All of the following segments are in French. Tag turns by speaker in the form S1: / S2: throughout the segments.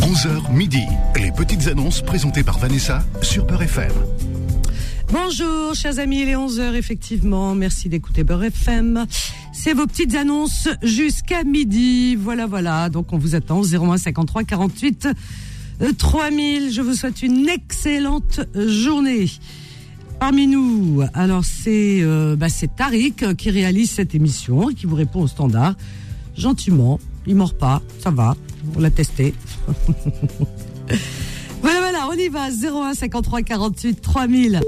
S1: 11h midi. Les petites annonces présentées par Vanessa sur Peur FM.
S2: Bonjour, chers amis, il est 11h, effectivement. Merci d'écouter Beurre FM. C'est vos petites annonces jusqu'à midi. Voilà, voilà. Donc, on vous attend au 01 53 48 3000. euh, Je vous souhaite une excellente journée. Parmi nous, alors c'est euh, bah, c'est Tariq qui réalise cette émission, qui vous répond au standard. Gentiment, il mord pas, ça va, on l'a testé. voilà, voilà, on y va, 01 53 48 3000.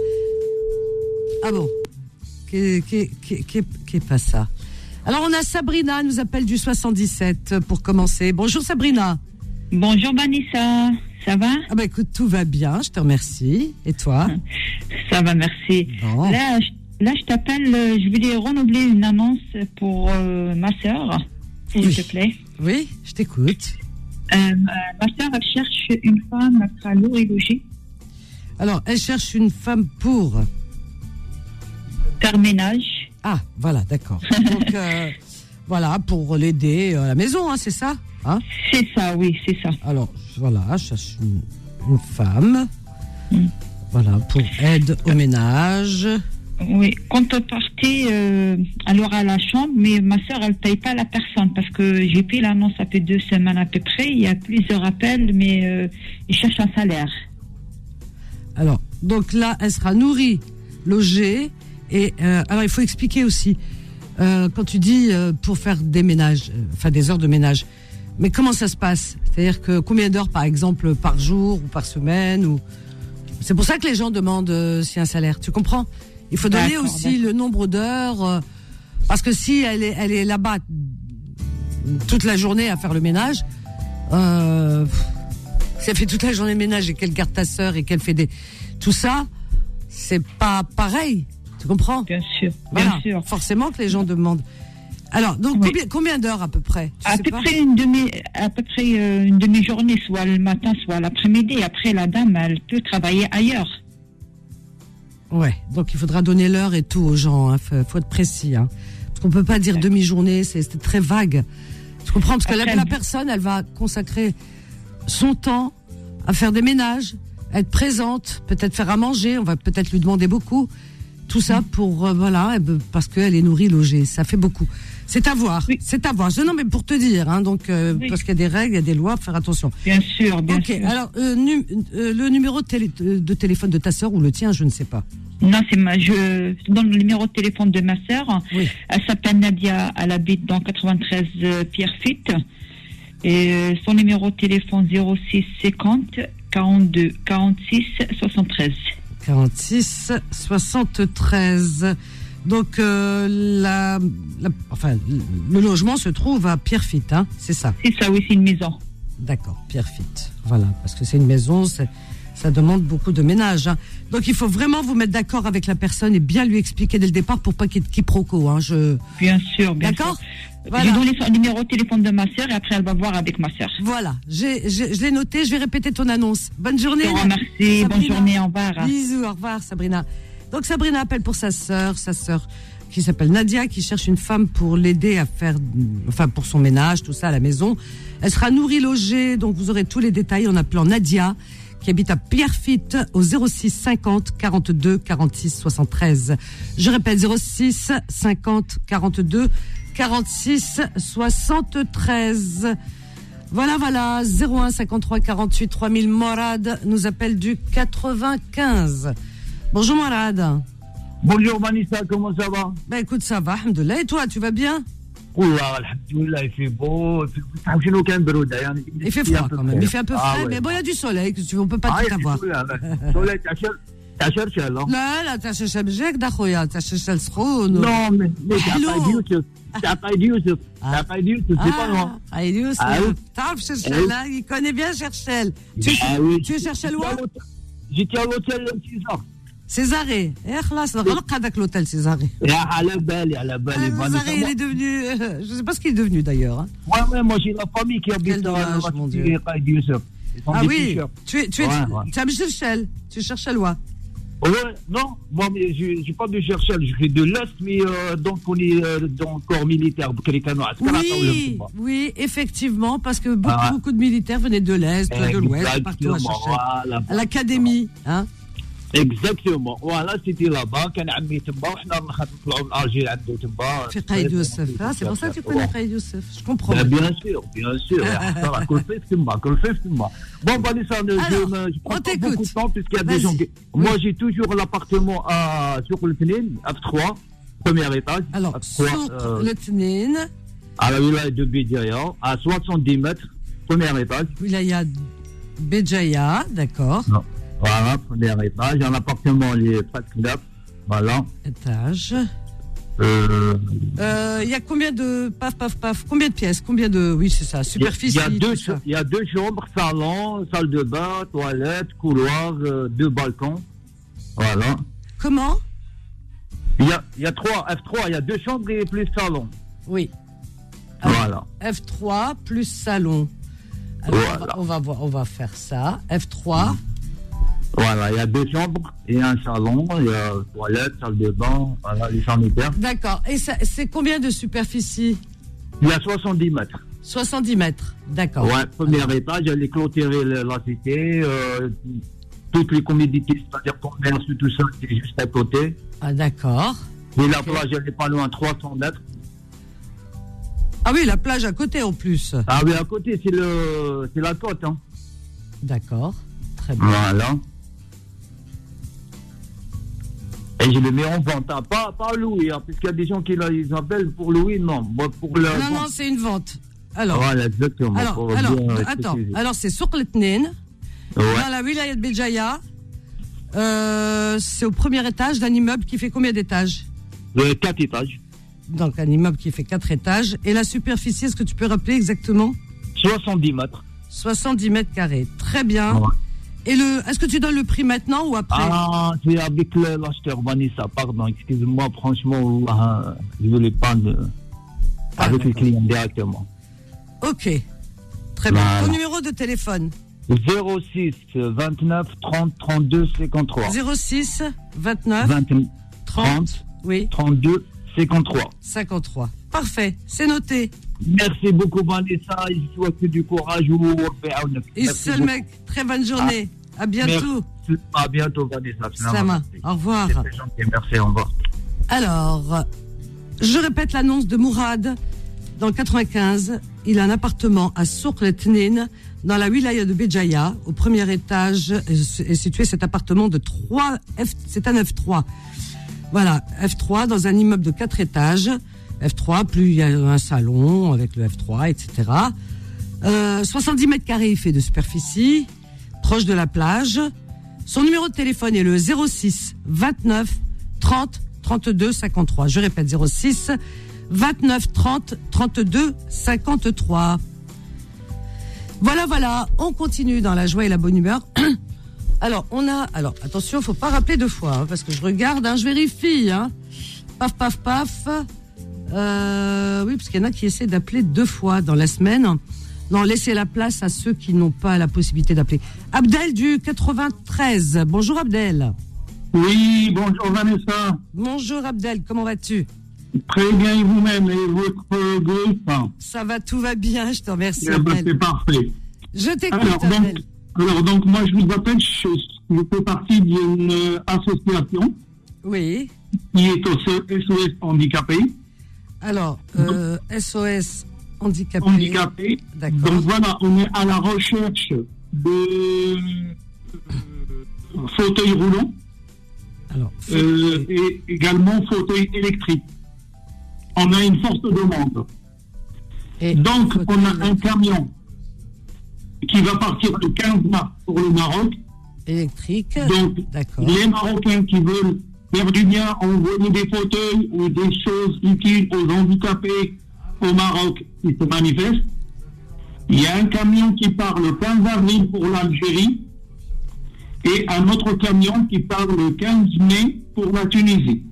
S2: Ah bon Qu'est- qu'est- qu'est- qu'est- Qu'est pas ça Alors on a Sabrina, elle nous appelle du 77 pour commencer. Bonjour Sabrina.
S3: Bonjour Vanessa, ça va
S2: Ah bah écoute, tout va bien, je te remercie. Et toi
S3: Ça va, merci.
S2: Bon.
S3: Là, je, là, je t'appelle, euh, je voulais renouveler une annonce pour euh, ma sœur, s'il
S2: Oui.
S3: te plaît.
S2: Oui, je t'écoute.
S3: Euh, euh, ma sœur, elle cherche une femme à sera lourde et logée,
S2: Alors, elle cherche une femme pour...
S3: faire ménage.
S2: Ah, voilà, d'accord. Donc, euh, voilà, pour l'aider à la maison, hein, c'est ça hein
S3: C'est ça, oui, c'est ça.
S2: Alors, voilà, je cherche une, une femme.
S3: Mm.
S2: Voilà, pour aide au ménage.
S3: Oui, quand on partait, euh, alors à la chambre, mais ma sœur, elle paye pas la personne parce que j'ai payé l'annonce ça fait deux semaines à peu près. Il y a plusieurs appels, mais euh, ils cherchent un salaire.
S2: Alors, donc là, elle sera nourrie, logée. Et euh, alors, il faut expliquer aussi, euh, quand tu dis euh, pour faire des ménages, euh, enfin des heures de ménage, mais comment ça se passe C'est-à-dire que combien d'heures, par exemple, par jour ou par semaine ou... C'est pour ça que les gens demandent euh, si un salaire, tu comprends Il faut donner
S3: D'accord,
S2: aussi le nombre d'heures, euh, parce que si elle est, elle est là-bas toute la journée à faire le ménage, euh, ça fait toute la journée ménage et qu'elle garde ta sœur et qu'elle fait des tout ça, c'est pas pareil. Tu comprends
S3: Bien sûr, bien
S2: Voilà.
S3: sûr.
S2: Forcément que les gens demandent. Alors, donc
S3: Oui.
S2: combien, combien d'heures à peu près Tu
S3: À
S2: sais
S3: peu,
S2: pas
S3: près une demi, à peu près euh, une demi-journée, soit le matin, soit l'après-midi. Après, la dame, elle peut travailler ailleurs.
S2: Ouais. Donc il faudra donner l'heure et tout aux gens. hein. Faut, faut être précis. Hein. Parce qu'on peut pas dire demi-journée. C'est c'est très vague. Tu comprends Parce que la,
S3: Après-
S2: la personne, elle va consacrer son temps à faire des ménages, être présente, peut-être faire à manger. On va peut-être lui demander beaucoup. Tout ça pour euh, voilà, eh ben, parce qu'elle est nourrie, logée. Ça fait beaucoup. C'est à voir.
S3: Oui.
S2: C'est à voir. Je- Non, mais pour te dire. Hein, donc euh,
S3: Oui.
S2: parce qu'il y a des règles, il y a des lois. Faire attention.
S3: Bien sûr, bien
S2: Ok.
S3: sûr.
S2: Alors euh, nu- euh, le numéro de, télé- euh, de téléphone de ta sœur ou le tien, je ne sais pas.
S3: Non, c'est ma, je donne le numéro de téléphone de ma sœur.
S2: Oui.
S3: Elle s'appelle Nadia, elle habite dans 93 euh, Pierrefitte. Et euh, son numéro de téléphone 06 50 42 46 73.
S2: 46 73. Donc euh, la, la- enfin le logement se trouve à Pierrefitte, hein, c'est ça.
S3: C'est ça, oui, c'est une maison.
S2: D'accord, Pierrefitte. Voilà, parce que c'est une maison, c'est- ça demande beaucoup de ménage. hein. Donc il faut vraiment vous mettre d'accord avec la personne et bien lui expliquer dès le départ pour pas qu'il y ait de quiproquo. Hein. Je
S3: Bien sûr, bien
S2: d'accord.
S3: sûr.
S2: Voilà.
S3: J'ai donné son numéro de téléphone de ma sœur et après, elle va voir avec ma sœur.
S2: Voilà, j'ai, j'ai- je l'ai noté, je vais répéter ton annonce. Bonne journée.
S3: Je te remercie. Bonne
S2: Sabrina.
S3: journée, au revoir.
S2: Bisous, au revoir Sabrina. Donc Sabrina appelle pour sa sœur, sa sœur qui s'appelle Nadia, qui cherche une femme pour l'aider à faire, enfin pour son ménage, tout ça à la maison. Elle sera nourrie, logée, donc vous aurez tous les détails en appelant Nadia, qui habite à Pierrefitte au 06 50 42 46 73. Je répète 06 50 42 46 73. Voilà, voilà, 01 53 48 3000 Morad nous appelle du 95. Bonjour Morad.
S4: Bonjour Vanessa, comment ça va
S2: Ben écoute, ça va, alhamdoulilah. Et toi, tu vas bien
S4: Oula, alhamdoulilah, il fait beau. تعرف شنو كان برودة يعني
S2: Il fait froid quand même, il fait un peu
S4: Ah
S2: frais,
S4: ouais.
S2: mais bon, il y a du soleil, qu'est-ce que tu veux, on peut pas
S4: Ah,
S2: tout avoir.
S4: il y a du soleil, ouais. Soleil, t'as cher- t'as cherché, alors
S2: Là, là, t'as cherché le Jacques d'Akhoya, t'as cherché le Sroun.
S4: Non, mais, mais t'as
S2: Allô
S4: pas dit Youssef. T'as pas dit Youssef. T'as pas dit Youssef, c'est pas moi.
S2: Ah, ah, il est où,
S4: Ah
S2: ça
S4: oui.
S2: T'as Cherchel,
S4: oui.
S2: là, il connaît bien Cherchel. Tu,
S4: Ah oui.
S2: tu es Cherchel où
S4: J'étais à l'hôtel 6 heures.
S2: Césaré. Eh, khlas, le ghalq hadak l'hôtel Césaré.
S4: Et à ben, la belle, à la
S2: Ah,
S4: belle, Vanessa.
S2: Césaré, il est devenu, euh, je sais pas ce qu'il est devenu d'ailleurs. hein.
S4: Moi- Moi-même, moi, j'ai la famille qui
S2: Quel
S4: habite à
S2: dommage, mon Dieu.
S4: Youssef. Ils sont
S2: Ah
S4: des
S2: oui,
S4: t-shirts.
S2: tu es, tu es,
S4: Ouais, ouais.
S2: tu es à Michel, tu es Cherchel, ouais.
S4: Ouais, non, moi, mais je je suis pas de Cherchel, je suis de l'Est, mais euh, donc on est euh, dans le corps militaire. Boukrikano, Askara,
S2: Oui,
S4: Taoulem,
S2: oui, effectivement, parce que beaucoup,
S4: Ah.
S2: beaucoup de militaires venaient de l'Est,
S4: c'est pas.
S2: de l'Ouest, partout à
S4: Exactement,
S2: chercher.
S4: voilà.
S2: À l'académie, hein
S4: Exactement, voilà, c'était là-bas. Quand عمي تما وحنا نطلعوا l'Algérie عنده تما.
S2: Fait Khalid Youssef. Ah, c'est pour ça que tu connais Khalid Youssef. Je comprends.
S4: Ben, bien sûr, bien sûr. Voilà, qu'on le fasse, c'est moi, qu'on le fasse, c'est moi. Bon, bah, Nissan, je,
S2: Alors,
S4: me- je prends
S2: on
S4: pas
S2: t'écoute.
S4: beaucoup de temps puisqu'il y a des
S2: Vas-y.
S4: gens qui- Moi, j'ai toujours l'appartement à sur le Tnine, à 3 premier étage.
S2: Alors,
S4: à
S2: sur
S4: trois, euh,
S2: le Tnine,
S4: à la wilaya de Bédiaïa, à 70 mètres, premier étage.
S2: Wilaya Béjaïa, d'accord,
S4: Voilà, premier étage. Un appartement, les presque neuf. Voilà.
S2: étage.
S4: Euh,
S2: Euh, Il y a combien de. Paf, paf, paf. Combien de pièces Combien de. Oui, c'est ça.
S4: Il y a-
S2: Superficie.
S4: il y a deux
S2: tout ça.
S4: cha- Il y a deux chambres, salon, salle de bain, toilette, couloir, euh, deux balcons. Voilà.
S2: Comment
S4: Il y, a, il y a trois, F3, il y a deux chambres et plus salon.
S2: Oui. Ah.
S4: Voilà.
S2: F3 plus salon. Alors,
S4: Voilà.
S2: on, va, on va voir- on va faire ça. F3.
S4: Voilà, il y a deux chambres et un salon, il y a toilette, salle de bain, voilà, les sanitaires.
S2: D'accord. Et ça- c'est combien de superficie
S4: Il y a 70 mètres.
S2: 70 mètres. D'accord.
S4: Ouais, premier
S2: Ah
S4: étage, elle est clôturée la, la cité, euh, toutes les commodités, c'est-à-dire commerce, tout ça, c'est juste à côté.
S2: Ah, d'accord.
S4: Et la
S2: Ok.
S4: plage, elle est pas loin, 300 mètres.
S2: Ah oui, la plage à côté en plus.
S4: Ah oui, à côté, c'est le, c'est la côte, hein.
S2: D'accord. Très bien.
S4: Voilà. Et je le mets en vente, hein. pas, pas Louis, hein, puisqu'il y a des gens qui là, ils appellent pour Louis, non. Moi, pour le.
S2: Non, non, c'est une vente. Alors,
S4: voilà, exactement.
S2: alors,
S4: pour
S2: alors,
S4: bien
S2: attends.
S4: préciser.
S2: Alors, c'est sur Tnine,
S4: Ouais.
S2: dans la wilaya de Béjaïa. Euh, c'est au premier étage d'un immeuble qui fait combien d'étages
S4: Il y a Euh, quatre étages.
S2: Donc, un immeuble qui fait 4 étages. Et la superficie, est-ce que tu peux rappeler exactement
S4: 70 mètres.
S2: 70 mètres carrés. Très bien.
S4: Ouais.
S2: Et le, est-ce que tu donnes le prix maintenant ou après
S4: Ah, c'est avec le- l'acheteur Vanessa, pardon, excuse-moi, franchement, Wallah, hein, je voulais pas de-
S2: Ah,
S4: euh, avec le
S2: d'accord.
S4: client directement.
S2: Ok. Très bien.
S4: Voilà.
S2: Ton numéro de téléphone
S4: 06 29 30 32 53.
S2: 06 29
S4: 20,
S2: 30
S4: 30
S2: oui
S4: 32 53.
S2: 53. Parfait, c'est noté.
S4: Merci beaucoup, Vanessa. Je souhaite que du courage. au Rabbi Aounak.
S2: Et
S4: Merci
S2: seul mec, très bonne journée. à bientôt.
S4: beaucoup. À bientôt, Vanessa.
S2: Sama. Au revoir.
S4: C'est très gentil. Merci, au revoir.
S2: Alors, je répète l'annonce de Mourad. Dans le 95, il a un appartement à Soukletnine, dans la wilaya de Béjaïa, au premier étage est est situé cet appartement de 3 F, c'est un F3. Voilà, F3 dans un immeuble de 4 étages. F3, plus il y a un salon avec le F3, etc. Euh, 70 mètres carrés, il fait de superficie, proche de la plage. Son numéro de téléphone est le 06 29 30 32 53. Je répète, 06 29 30 32 53. Voilà, voilà, on continue dans la joie et la bonne humeur. Alors, on a. Alors, attention, faut pas rappeler deux fois, hein, parce que je regarde, hein, je vérifie. Hein. Paf, paf, paf. Euh, oui, parce qu'il y en a qui essaient d'appeler deux fois dans la semaine. Non, laissez la place à ceux qui n'ont pas la possibilité d'appeler. Abdel du 93. Bonjour Abdel.
S5: Oui, bonjour Vanessa.
S2: Bonjour Abdel, comment vas-tu
S5: Très bien et vous-même et votre groupe.
S2: Ça va, tout va bien, je te remercie
S5: Eh ben,
S2: Abdel.
S5: c'est parfait.
S2: Je
S5: Alors
S2: t'écoute
S5: donc,
S2: Abdel.
S5: alors donc, moi je vous appelle, je, je fais partie d'une euh, association
S2: Oui.
S5: qui est au SOS handicapé.
S2: Alors, euh, SOS handicapé.
S5: handicapé.
S2: D'accord.
S5: Donc voilà, on est à la recherche de euh, fauteuils roulants
S2: Alors,
S5: euh, et également fauteuils électriques. On a une forte demande.
S2: et
S5: Donc,
S2: fauteuil-
S5: on a un camion qui va partir le 15 mars pour le Maroc.
S2: électrique.
S5: Donc,
S2: D'accord.
S5: les Marocains qui veulent faire du bien, envoyer des fauteuils ou des choses utiles aux handicapés au Maroc, ils se manifestent. Il y a un camion qui part le 15 avril pour l'Algérie et un autre camion qui part le 15 mai pour la Tunisie.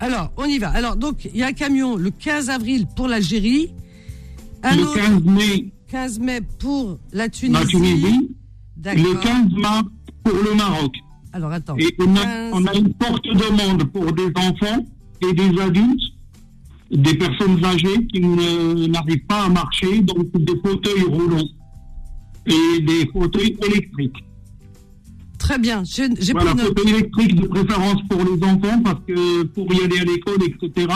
S2: Alors, on y va. Alors, donc, il y a un camion le 15 avril pour l'Algérie, un
S5: Le
S2: autre
S5: 15 mai,
S2: 15 mai pour la
S5: la
S2: Tunisie.
S5: Tunisie.
S2: D'accord.
S5: Le 15 mars pour le Maroc.
S2: Alors attends.
S5: Et on a, on a une forte demande pour des enfants et des adultes, des personnes âgées qui ne- n'arrivent pas à marcher, donc des fauteuils roulants et des fauteuils électriques.
S2: Très bien, j'ai j'ai
S5: Voilà,
S2: pris note.
S5: fauteuil électrique de préférence pour les enfants parce que pour y aller à l'école, etc.,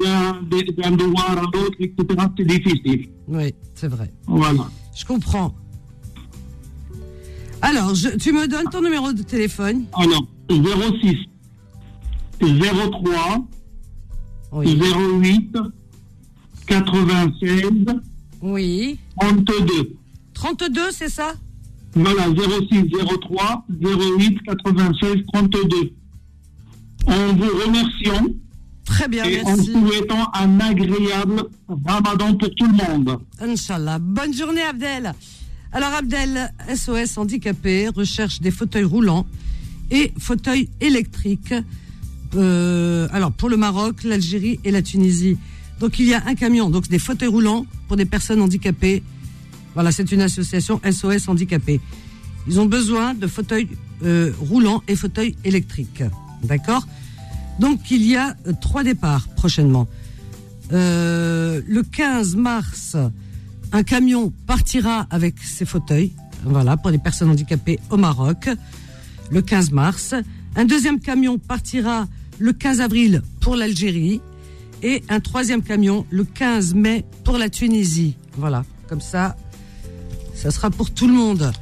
S5: d'un d'un devoir à l'autre, etc., c'est difficile.
S2: Oui, c'est vrai.
S5: Voilà.
S2: Je comprends. Alors, je- tu me donnes ton numéro de téléphone
S5: Alors, 06 03
S2: Oui.
S5: 08 96
S2: Oui.
S5: 32.
S2: 32, c'est ça
S5: Voilà, 06 03 08 96 32. En vous remerciant
S2: Très bien,
S5: et en
S2: merci.
S5: souhaitant un agréable ramadan pour tout le monde.
S2: Inch'Allah. Bonne journée, Abdel. Alors, Abdel, SOS handicapé, recherche des fauteuils roulants et fauteuils électriques. Euh, alors, pour le Maroc, l'Algérie et la Tunisie. Donc, il y a un camion, donc des fauteuils roulants pour des personnes handicapées. Voilà, c'est une association SOS handicapé. Ils ont besoin de fauteuils euh, roulants et fauteuils électriques. D'accord Donc, il y a euh, trois départs prochainement. Euh, le 15 mars, un camion partira avec ses fauteuils, voilà, pour les personnes handicapées au Maroc, le 15 mars. Un deuxième camion partira le 15 avril pour l'Algérie. Et un troisième camion le 15 mai pour la Tunisie. Voilà, comme ça, ça sera pour tout le monde.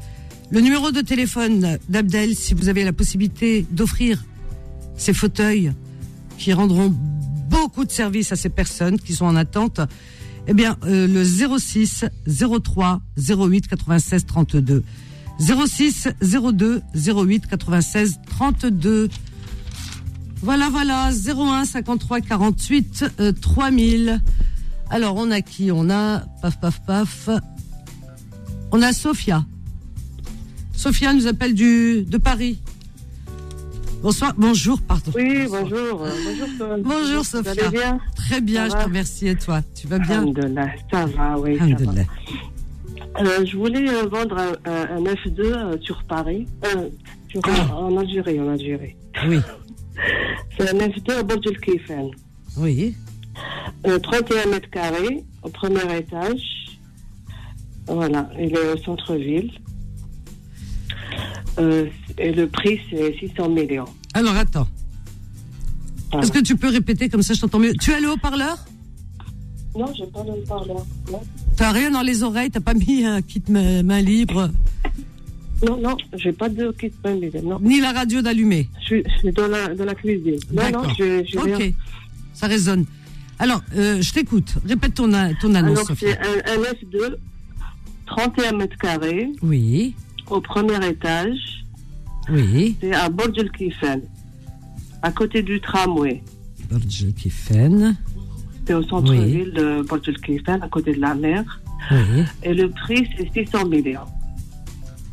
S2: Le numéro de téléphone d'Abdel, si vous avez la possibilité d'offrir ces fauteuils qui rendront beaucoup de services à ces personnes qui sont en attente, eh bien, euh, le 06 03 08 96 32. 06 02 08 96 32. Voilà, voilà, 01 53 48 euh, 3000. Alors, on a qui On a, paf, paf, paf, on a Sophia. Sophia nous appelle du, de Paris. Bonsoir, bonjour, pardon.
S6: Oui,
S2: Bonsoir.
S6: bonjour. euh, Bonjour, Sophie.
S2: Bonjour,
S6: Vous
S2: Sophia.
S6: allez bien
S2: Très bien,
S6: Ça
S2: je te
S6: va
S2: remercie. Et toi, tu vas bien
S6: Alhamdulillah, ça va, oui. ça va.
S2: Alhamdulillah.
S6: Euh, je voulais euh, vendre un, un- un F2 euh, sur Paris, euh, sur-
S2: Ah.
S6: en Algérie, en Algérie.
S2: Oui,
S6: C'est un F2 à Burj Al Khalifa.
S2: oui,
S6: Euh, 31 mètres carrés, au premier étage. Voilà, il est au centre-ville. Euh, et le prix, c'est 600 millions.
S2: Alors attends.
S6: Pardon.
S2: Est-ce que tu peux répéter comme ça je t'entends mieux Tu as le haut-parleur
S6: Non, je pas de parler. Non,
S2: T'as rien dans les oreilles, t'as pas mis un kit ma- main libre,
S6: non, non j'ai pas de kit familial, Non,
S2: ni la radio d'allumer.
S6: je suis, je suis dans, la, dans la cuisine. Non, non,
S2: D'accord.
S6: je, je viens-
S2: Ok, ça résonne. Alors, euh, je t'écoute. Répète ton, a- ton annonce,
S6: Alors,
S2: Sophia.
S6: c'est un, un F2, 31 mètres carrés,
S2: Oui,
S6: au premier étage.
S2: oui.
S6: C'est à Burj Al Khalifa, à côté du tramway.
S2: Burj Al Khalifa.
S6: C'est au centre-ville de Burj Al Khalifa, à côté de la mer.
S2: Oui,
S6: Et le prix, c'est 600 millions.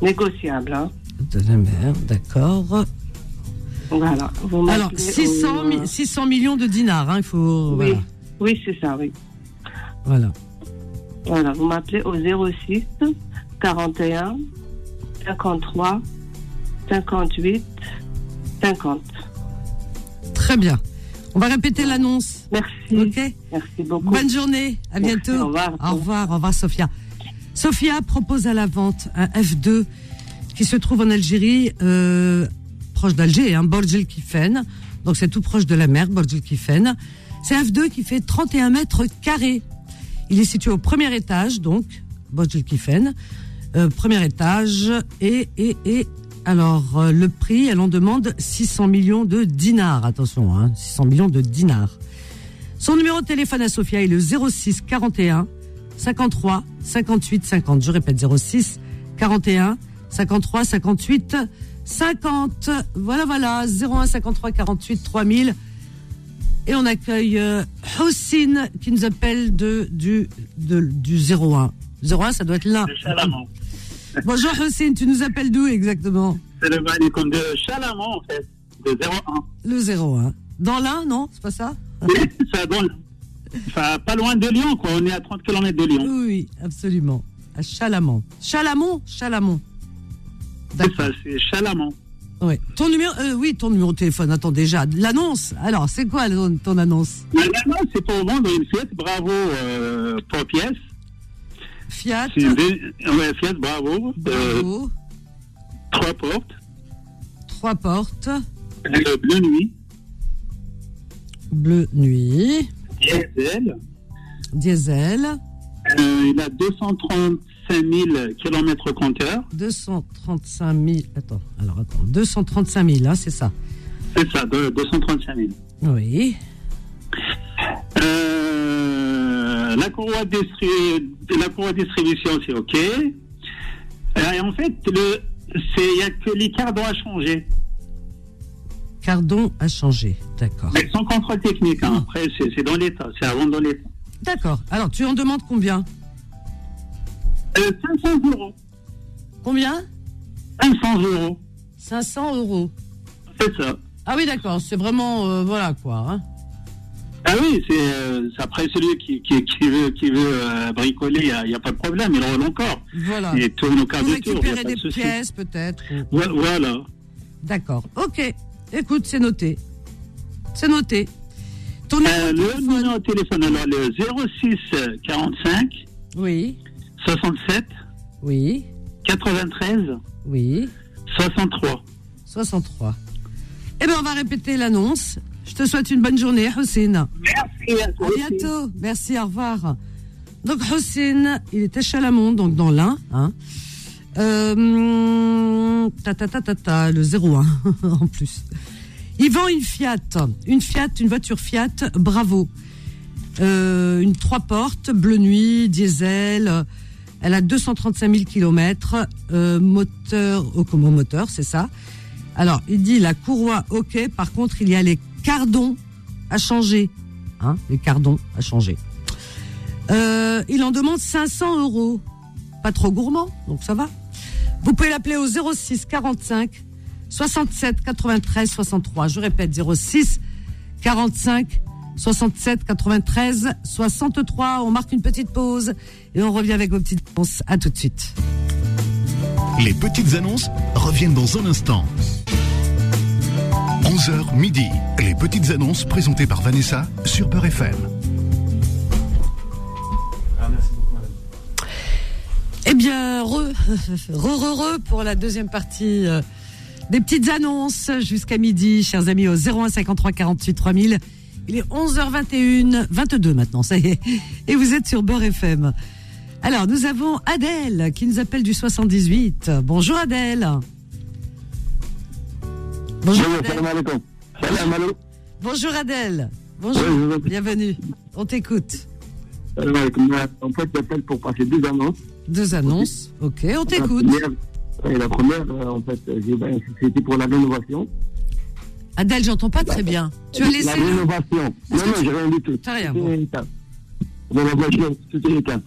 S6: Négociable, hein.
S2: de la mer, d'accord.
S6: Voilà. Vous m'appelez
S2: Alors,
S6: au-
S2: 600, mi- 600 millions de dinars, hein, il faut...
S6: Oui, oui c'est ça, oui.
S2: Voilà.
S6: Voilà, vous m'appelez au 06 41 53 58 50.
S2: voilà. Très bien. On va répéter l'annonce,
S6: Merci.
S2: ok
S6: Merci beaucoup.
S2: Bonne journée, à
S6: Merci,
S2: bientôt.
S6: au revoir.
S2: Au revoir, au revoir, Sophia. Sophia propose à la vente un F2 qui se trouve en Algérie, euh, proche d'Alger, hein, Borj El Kifen. Donc c'est tout proche de la mer, Borj El Kifen. C'est un F2 qui fait 31 mètres carrés. Il est situé au premier étage, donc, Borj El Kifen. Euh, premier étage, et, et, et, alors, euh, le prix, elle en demande 600 millions de dinars. Attention, hein, 600 millions de dinars. Son numéro de téléphone à Sofia est le 06 41 53 58 50. Je répète 06 41 53 58 50. Voilà voilà 01 53 48 3000. Et on accueille euh, Houssine qui nous appelle de du de- du 01. 01 ça doit être là.
S7: Chalamont.
S2: Bonjour Houssine, tu nous appelles d'où exactement
S7: C'est le Malikon de Chalamont, en fait, de 01.
S2: Le 01. Dans l'un, non, c'est pas ça
S7: ça donne. Enfin, pas loin de Lyon, quoi. On est à 30 km de Lyon.
S2: Oui, oui, absolument. À Chalamont. Chalamont, Chalamont.
S7: C'est
S2: D'accord.
S7: ça, c'est Chalamont.
S2: Ouais. Ton numéro, euh, oui, ton numéro de téléphone. Attends déjà. L'annonce. Alors, c'est quoi ton, ton annonce
S5: L'annonce, c'est pour vendre une Fiat Bravo euh, pour pièce.
S2: Fiat.
S5: C'est une dé- ouais, Fiat Bravo, euh,
S2: Bravo.
S5: trois portes,
S2: Trois portes.
S5: le bleu nuit,
S2: Bleu nuit.
S5: diesel.
S2: Diesel.
S5: Euh, il a 235 000 km compteur.
S2: 235 000. Attends. Alors, attends. 235 000, hein, c'est ça.
S5: C'est ça, de- 235 000.
S2: Oui.
S5: Euh, la courroie de distri- la courroie de distribution, c'est OK. Euh, Et en fait, le- c'est- il n'y a que les cartes à changer.
S2: Cardon a changé. D'accord.
S5: Mais sans contrôle technique. hein. Après, c'est c'est dans l'état. C'est avant dans l'état.
S2: D'accord. Alors, tu en demandes combien
S5: Euh, 500 euros.
S2: Combien
S5: 500 euros.
S2: 500 euros.
S5: C'est ça.
S2: Ah oui, d'accord. C'est vraiment. euh, voilà quoi. hein.
S5: Ah oui, c'est euh, c'est après celui qui, qui, qui veut, qui veut euh, bricoler, il n'y a, il y a pas de problème, il roule encore.
S2: Voilà.
S5: Il tourne au quart
S2: Pour
S5: de tour, il n'y
S2: récupérer
S5: a pas
S2: des
S5: de souci.
S2: pièces, peut-être. ou-
S5: Ouais, Voilà.
S2: D'accord. Ok. Écoute, c'est noté. C'est noté. Ton numéro
S5: Euh,
S2: de
S5: le
S2: téléphone-
S5: numéro de téléphone, alors le euh, 06 45
S2: Oui.
S5: 67
S2: Oui.
S5: 93
S2: Oui.
S5: 63.
S2: 63. Eh bien, on va répéter l'annonce. Je te souhaite une bonne journée, Hussein. À bientôt. Merci, au revoir. Donc, Hussein, il était Chalamont, donc dans l'Ain. Hein. Euh, ta, ta, ta, ta, ta, le 01 en plus. Il vend une Fiat, une Fiat, une voiture Fiat, bravo. Euh, une trois portes, bleu nuit, diesel. Elle a 235 000 km, euh, moteur, oh, comment moteur, c'est ça. Alors, il dit la courroie, ok. Par contre, il y a les cardons à changer. Hein, les cardons à changer. Euh, il en demande 500 euros. Pas trop gourmand, donc ça va. Vous pouvez l'appeler au 06 45 67 93 63. Je répète, 06 45 67 93 63. On marque une petite pause et on revient avec vos petites réponses. À tout de suite.
S1: Les petites annonces reviennent dans un instant. 11h midi. Les petites annonces présentées par Vanessa sur Peur FM.
S2: Eh bien, re, re, re, re pour la deuxième partie euh, des petites annonces jusqu'à midi, chers amis, au 01 53 48 3000. Il est 11h21, 22 maintenant, ça y est. Et vous êtes sur Beurre FM. Alors, nous avons Adèle qui nous appelle du 78. Bonjour Adèle. Bonjour Adèle.
S5: alaikum. Salam alaikum.
S2: Bonjour Adèle.
S5: Oui, je vous
S2: Bonjour.
S5: en prie.
S2: Bienvenue. On t'écoute.
S5: Salam alaikum. Moi, En fait, j'appelle pour passer deux annonces.
S2: Deux annonces. Ok, on
S5: La
S2: t'écoute.
S5: première, et la première, euh, en fait, j'ai une société pour la rénovation.
S2: Adèle, j'entends pas très bien. Tu as
S5: La
S2: laissé le-
S5: rénovation. Non, non, j'ai rien du tout.
S2: T'as rien,
S5: Tout est
S2: bon.
S5: éteint. Dans la voiture, tout est éteint.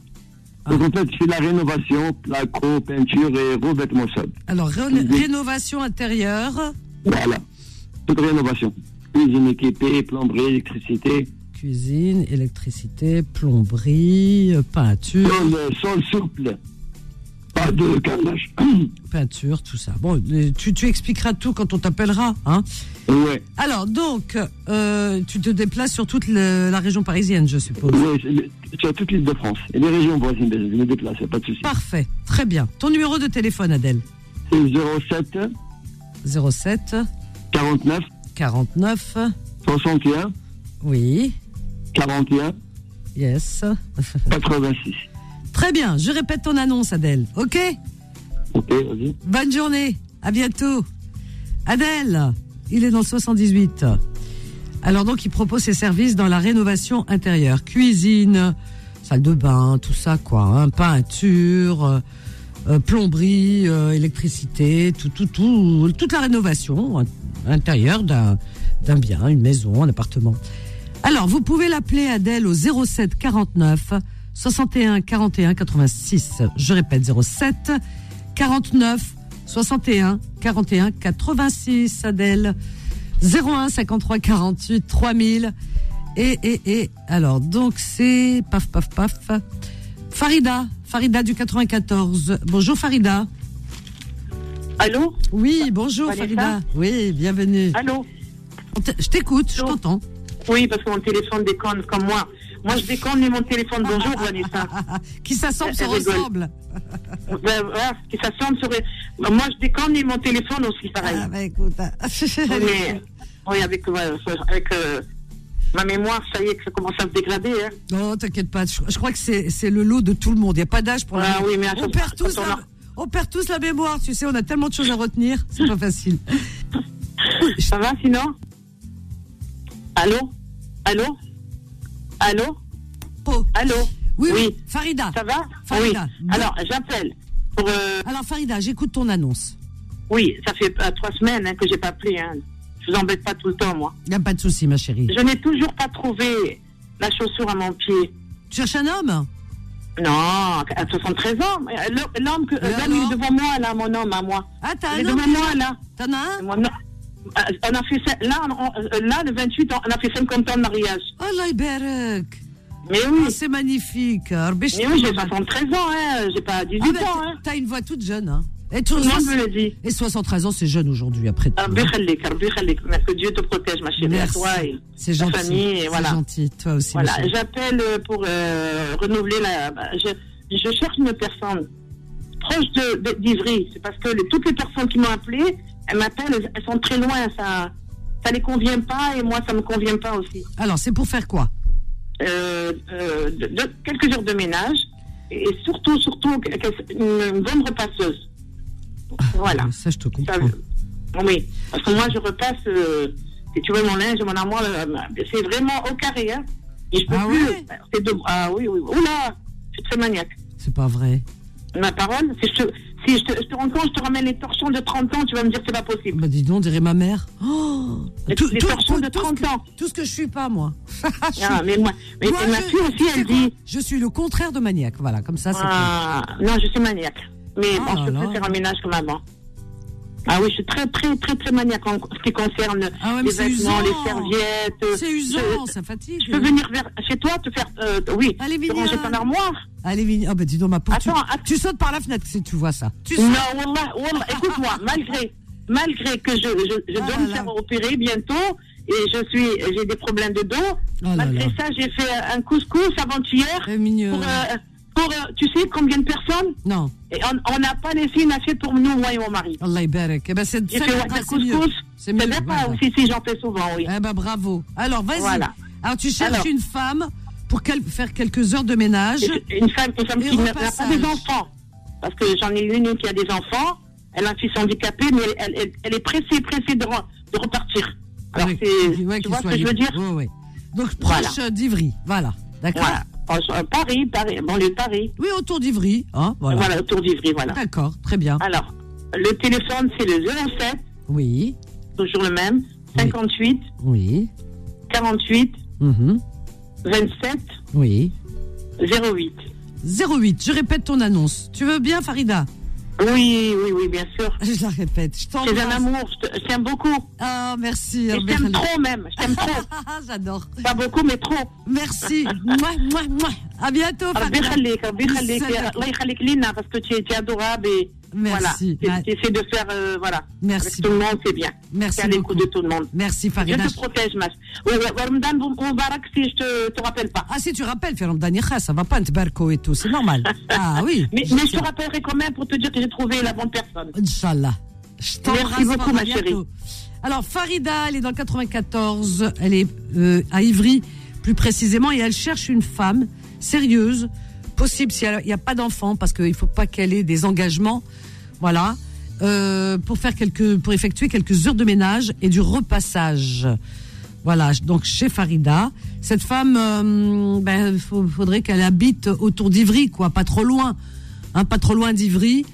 S2: Ah.
S5: Donc, en fait, c'est la rénovation, placo, peinture et revêtement sol.
S2: Alors, ré- rénovation intérieure,
S5: Voilà. Toute rénovation. Cuisine équipée, plomberie, électricité.
S2: cuisine, électricité, plomberie, euh, peinture,
S5: Sol, euh, sol souple. Pas de carrelage.
S2: peinture, tout ça. Bon, euh, tu, tu expliqueras tout quand on t'appellera. Hein
S5: ouais.
S2: Alors, donc, euh, tu te déplaces sur toute le- la région parisienne, je suppose.
S5: Oui, c'est le- sur toute l'île de France. Et les régions voisines, ben, je me déplace, y a pas de souci.
S2: Parfait, très bien. Ton numéro de téléphone, Adèle
S5: C'est 07
S2: 07
S5: 49
S2: 49,
S5: 61
S2: oui,
S5: 41
S2: yes.
S5: 86.
S2: Très bien, je répète ton annonce, Adèle, ok
S5: Ok, vas-y.
S2: Bonne journée, à bientôt. Adèle, il est dans le 78. Alors donc, il propose ses services dans la rénovation intérieure, cuisine, salle de bain, tout ça quoi, hein, peinture, euh, euh, plomberie, euh, électricité, tout, tout, tout, toute la rénovation hein, intérieure d'un d'un bien, une maison, un appartement. Alors, vous pouvez l'appeler Adèle au 07 49 61 41 86. Je répète 07 49 61 41 86 Adèle 01 53 48 3000 et et et alors donc c'est paf paf paf Farida Farida du 94 bonjour Farida
S3: Allô
S2: Oui, bonjour
S3: Vanessa
S2: Farida. Oui, bienvenue.
S3: Allô
S2: On t- Je t'écoute, je
S3: Allô
S2: t'entends.
S3: Oui, parce que mon téléphone déconne comme moi. Moi, je déconne, mais mon téléphone, bonjour Vanessa.
S2: Qui s'assemble se
S3: Elle rigole.
S2: ressemble.
S3: Ben, voilà, qui s'assemble sur... Moi, je déconne, mais mon téléphone aussi, pareil.
S2: Ah, bah, écoute. hein.
S3: Mais, oui, avec, ouais, avec euh, ma mémoire, ça y est, que ça commence à me dégrader. Hein.
S2: Non, t'inquiète pas. Je, je crois que c'est c'est le lot de tout le monde. Il n'y a pas d'âge pour la
S3: Ah oui, mais à
S2: on,
S3: chaque-
S2: perd tous
S3: quand on
S2: la,
S3: a-
S2: on perd tous la mémoire. Tu sais, on a tellement de choses à retenir. C'est pas facile.
S3: Ça va sinon Allô Allô Allô
S2: Oh.
S3: Allô
S2: Oui, oui,
S3: Oui.
S2: Farida.
S3: Ça va
S2: Farida.
S3: Oui. Alors, j'appelle. Pour, euh,
S2: Alors, Farida, j'écoute ton annonce.
S3: oui, ça fait euh, trois semaines hein, que j'ai pas appelé. Hein. Je vous embête pas tout le temps, moi.
S2: Il n'y a pas de souci, ma chérie.
S3: Je n'ai toujours pas trouvé la chaussure à mon pied.
S2: Tu cherches un homme
S3: Non, à 73 ans. Euh, le- L'homme que- euh,
S2: Et
S3: l'homme, il est
S2: alors
S3: devant moi, là, mon homme, à moi.
S2: Ah, t'as
S3: Il est
S2: un homme
S3: devant moi, là.
S2: T'en as un
S3: Mon homme- Euh, On a fait, cin- là, on- euh, là, le 28, on a fait 50 ans de mariage.
S2: Oh, l'Iberek.
S3: Mais oui,
S2: Ah, c'est magnifique.
S3: mais oui, j'ai 73 ans, hein. J'ai pas 18 ans, hein.
S2: Ah, T'as une voix toute jeune. Hein. Et,
S3: Tout
S2: tu-
S3: le monde me le Ah, dit.
S2: et 73 ans, c'est jeune aujourd'hui, après tout. hein.
S3: Rabbi Khalik, Rabbi Khalik. Mais Que Dieu te protège, ma chérie, à
S2: Merci.
S3: toi et
S2: C'est
S3: ta
S2: gentil.
S3: famille. et
S2: C'est
S3: voilà.
S2: gentil. Toi aussi, ma
S3: voilà.
S2: chérie.
S3: J'appelle euh, pour euh, renouveler la. bah, Je, je cherche une personne proche de- de- d'Ivry. C'est parce que les- toutes les personnes qui m'ont appelé, elles m'appellent, elles- elles sont très loin. Ça ça les convient pas et moi, ça me convient pas aussi.
S2: Alors, c'est pour faire quoi
S3: Euh, euh, de- de- quelques heures de ménage et surtout, surtout, qu'elles- une une bonne repasseuse. Voilà.
S2: Ah, Ça, je te
S3: Ça,
S2: comprends.
S3: oui, parce que moi, je repasse, euh, si tu veux, mon linge, mon armoire, euh, c'est vraiment au carré. Hein. Et je peux
S2: Ah
S3: plus.
S2: ouais
S3: C'est de- Ah oui, oui. Oula, je suis très maniaque.
S2: C'est pas vrai.
S3: Ma parole, si, je te, si je, te, je te rencontre, je te ramène les torchons de 30 ans, tu vas me dire que c'est pas possible.
S2: Bah, dis donc, on dirait ma mère. Oh
S3: Les- les torchons de
S2: tout ce
S3: 30
S2: que-
S3: ans.
S2: Tout ce que je suis pas, moi. Je suis-
S3: Ah, mais moi, mais
S2: Moi,
S3: ma
S2: je-
S3: fille aussi,
S2: tu sais
S3: elle
S2: quoi
S3: dit.
S2: Je suis le contraire de maniaque. Voilà, comme ça, c'est.
S3: Ah, non, je suis maniaque. Mais
S2: Ah
S3: bon, je
S2: là là.
S3: peux faire un ménage comme avant. Ah oui, je suis très, très, très, très maniaque en ce qui concerne
S2: Ah ouais, mais
S3: les
S2: c'est
S3: vêtements, les
S2: usant.
S3: serviettes. euh,
S2: C'est
S3: Je-
S2: usant, ça fatigue.
S3: Je peux venir vers chez toi te faire. euh, oui,
S2: Allez,
S3: te ranger
S2: mignonne.
S3: ton armoire.
S2: Allez, Vini- Ah, bah, dis donc, ma pauvre. tu-
S3: Attends, attends.
S2: Tu sautes par la fenêtre si tu vois ça. Tu
S3: Non,
S2: sautes.
S3: wallah, wallah, écoute-moi, malgré, malgré que je, je, je
S2: Ah
S3: dois
S2: là
S3: me
S2: là.
S3: faire opérer bientôt et je suis, j'ai des problèmes de dos,
S2: Oh là
S3: malgré
S2: là. Eh,
S3: ça, j'ai fait un couscous avant-hier
S2: Très mignon.
S3: pour, euh, pour euh, tu sais combien de personnes
S2: Non.
S3: et on on n'a pas laissé une assiette pour nous, moi et mon mari.
S2: Allah Ibarak. Eh ben, c'est
S3: J'ai
S2: ça
S3: fait
S2: que-
S3: un
S2: ah, c'est mieux.
S3: couscous.
S2: C'est mieux.
S3: bien pas
S2: voilà.
S3: aussi si j'en fais souvent, oui.
S2: Eh ben, bravo. Alors, vas-y.
S3: Voilà.
S2: Alors, tu cherches
S3: Alors.
S2: une femme pour quel- faire quelques heures de ménage.
S3: Et Une femme, une femme
S2: Et
S3: qui n'a- n'a pas
S2: repassage.
S3: des enfants. Parce que j'en ai une qui a des enfants. Elle a un fils handicapé, mais elle, elle- elle est pressée, pressée de, re- de repartir. Alors,
S2: Ouais,
S3: c'est,
S2: qu'il- ouais,
S3: tu
S2: qu'il
S3: vois ce
S2: soit
S3: que je veux
S2: libre.
S3: dire
S2: Ouais, ouais. Donc,
S3: Voilà.
S2: proche euh, d'Ivry. Voilà. D'accord
S3: Voilà. Franchement, euh, Paris, Paris, banlieue de Paris.
S2: Oui, autour d'Ivry. Hein, voilà.
S3: Voilà, autour d'Ivry, voilà.
S2: D'accord, très bien.
S3: Alors, le téléphone, c'est le 07,
S2: Oui,
S3: toujours le même, 58,
S2: oui,
S3: 48,
S2: mhm,
S3: 27,
S2: oui.
S3: 08.
S2: 08, je répète ton annonce. Tu veux bien, Farida
S3: Oui, oui, oui, bien sûr.
S2: Je la répète, je
S3: C'est un
S2: t'embrasse.
S3: amour, je te- je t'aime beaucoup.
S2: Ah, merci.
S3: Et je
S2: Herbert
S3: t'aime
S2: Khalil.
S3: trop même, je t'aime trop.
S2: Ah, J'adore.
S3: Pas beaucoup, mais trop. Ah,
S2: Merci. Mouah, mouah, mouah. À bientôt,
S3: ربي
S2: Farida.
S3: يخليك ربي يخليك
S2: Salam.
S3: الله يخليك لينا euh, parce que tu es tu es adorable et voilà
S2: Merci.
S3: Tu-
S2: Ouais.
S3: tu essaies de faire euh, voilà
S2: Merci.
S3: avec tout le monde c'est bien
S2: Merci
S3: à l'écoute
S2: beaucoup.
S3: de tout le monde
S2: Merci,
S3: je
S2: Farida.
S3: te protège ma oui oui, oui, Ramadan bon- Moubarak si je te, te rappelle pas
S2: Ah, si tu rappelles, Ferrand Daniha, ça va pas, Ntbarko et tout, c'est normal. Ah oui.
S3: mais, mais je te rappellerai quand même pour te dire que j'ai trouvé la bonne personne
S2: Inch'Allah. Je t'embrasse
S3: Merci beaucoup, ma
S2: Farida,
S3: chérie.
S2: bientôt. Alors, Farida, elle est dans le 94, elle est euh, à Ivry, plus précisément, et elle cherche une femme sérieuse, possible si elle- il n'y a pas d'enfant, parce qu'il ne faut pas qu'elle ait des engagements, voilà, euh, pour, faire quelques, pour effectuer quelques heures de ménage et du repassage. Voilà, donc chez Farida. Cette femme, euh, ben, faut- faudrait qu'elle habite autour d'Ivry, quoi, pas trop loin, hein, pas trop loin d'Ivry.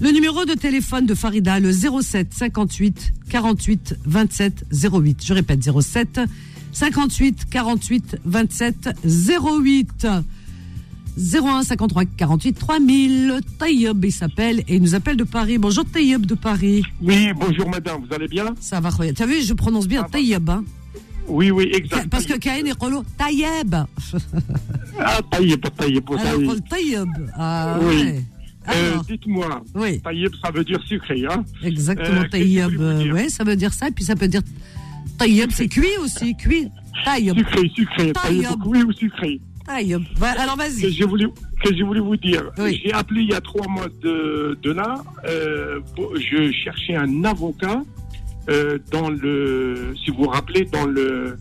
S2: Le numéro de téléphone de Farida, le 07 58 48 27 08. Je répète, 07 58 48 27 08. 01 53 48 3000. Taïeb, il s'appelle et il nous appelle de Paris. Bonjour Taïeb de Paris.
S8: Oui, bonjour madame, vous allez bien
S2: Ça va, Khoya. T'as vu, je prononce bien Taïeb. hein.
S8: Oui, oui, exact.
S2: Parce que Kaïn et Rolo, Taïeb.
S8: Ah, taillez, pas taillez, pas
S2: Alors,
S8: taillez.
S2: Taïeb. Ah,
S8: Oui.
S2: ouais.
S8: Euh,
S2: Alors.
S8: Dites-moi,
S2: Oui.
S8: taïeb, ça veut dire sucré, hein
S2: Exactement,
S8: Euh, qu'est-ce que
S2: taïeb.
S8: vous voulez
S2: euh,
S8: dire
S2: ouais, ça veut dire ça. Et puis ça peut dire taïeb, c'est cuit aussi. Cuit. Taïeb.
S8: Sucré, sucré.
S2: Taïeb.
S8: Taïeb, oui ou sucré
S2: Taïeb. Va- alors
S8: que
S2: vas-y.
S8: j'ai voulu que j'ai voulu vous dire.
S2: Oui.
S8: J'ai appelé il y a trois mois de, de là. euh, pour- je cherchais un avocat euh, dans le, si vous vous rappelez, dans le,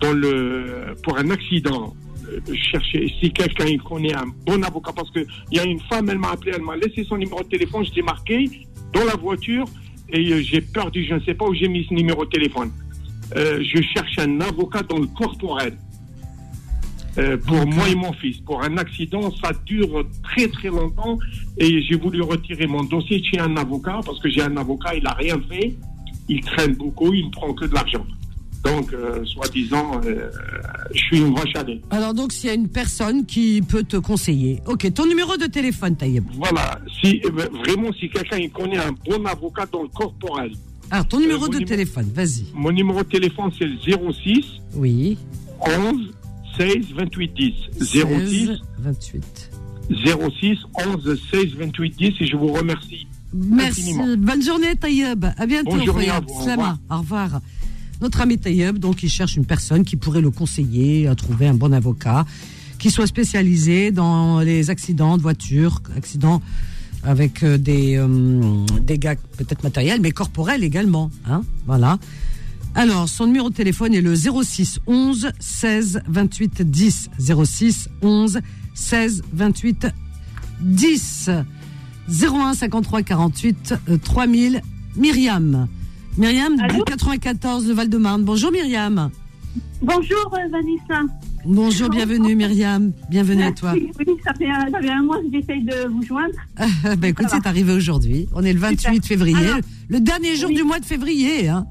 S8: dans le, pour un accident. Euh, Je cherchais si quelqu'un il connaît un bon avocat parce que il y a une femme, elle m'a appelé, elle m'a laissé son numéro de téléphone, je l'ai marqué dans la voiture et euh, j'ai perdu, je ne sais pas où j'ai mis ce numéro de téléphone. Euh, je cherche un avocat dans le corporel. Euh, pour moi et mon fils, pour un accident, ça dure très très longtemps et j'ai voulu retirer mon dossier chez un avocat parce que j'ai un avocat, il n'a rien fait, il traîne beaucoup, il ne prend que de l'argent. Donc, euh, soi-disant, euh, je suis une vache à lait.
S2: Alors donc s'il y a une personne qui peut te conseiller. Ok, ton numéro de téléphone, Taïeb.
S8: Voilà, si, euh, vraiment, si quelqu'un il connaît un bon avocat dans le corporel,
S2: Alors ton numéro
S8: Euh, mon
S2: de
S8: numéro-
S2: téléphone, vas-y.
S8: mon numéro de téléphone c'est le 06
S2: Oui.
S8: 11 16 28 10. 06
S2: 16, 28.
S8: 06 11 16 28 10 et je vous remercie.
S2: Merci.
S8: Infiniment.
S2: Bonne journée, Taïeb. À bientôt,
S8: Bonne journée
S2: Taïeb.
S8: à vous. Au
S2: Slama. Au revoir. Notre ami Taïeb, donc, il cherche une personne qui pourrait le conseiller à trouver un bon avocat, qui soit spécialisé dans les accidents de voiture, accidents avec euh, des euh, dégâts peut-être matériels, mais corporels également. Hein voilà. Alors, son numéro de téléphone est le 06 11 16 28 10. 06 11 16 28 10. 01 53 48 euh, 3000. Myriam. Myriam du
S9: Allô
S2: 94 de Val-de-Marne. Bonjour Myriam.
S9: Bonjour euh, Vanessa.
S2: Bonjour, bienvenue Myriam. Bienvenue à toi.
S9: Merci. Oui, ça fait, un, ça fait un mois que j'essaye de vous joindre.
S2: bah, écoute,
S9: Ça va.
S2: c'est arrivé aujourd'hui. On est le 28 février,
S9: Alors,
S2: le dernier jour
S9: oui.
S2: du mois de février. hein.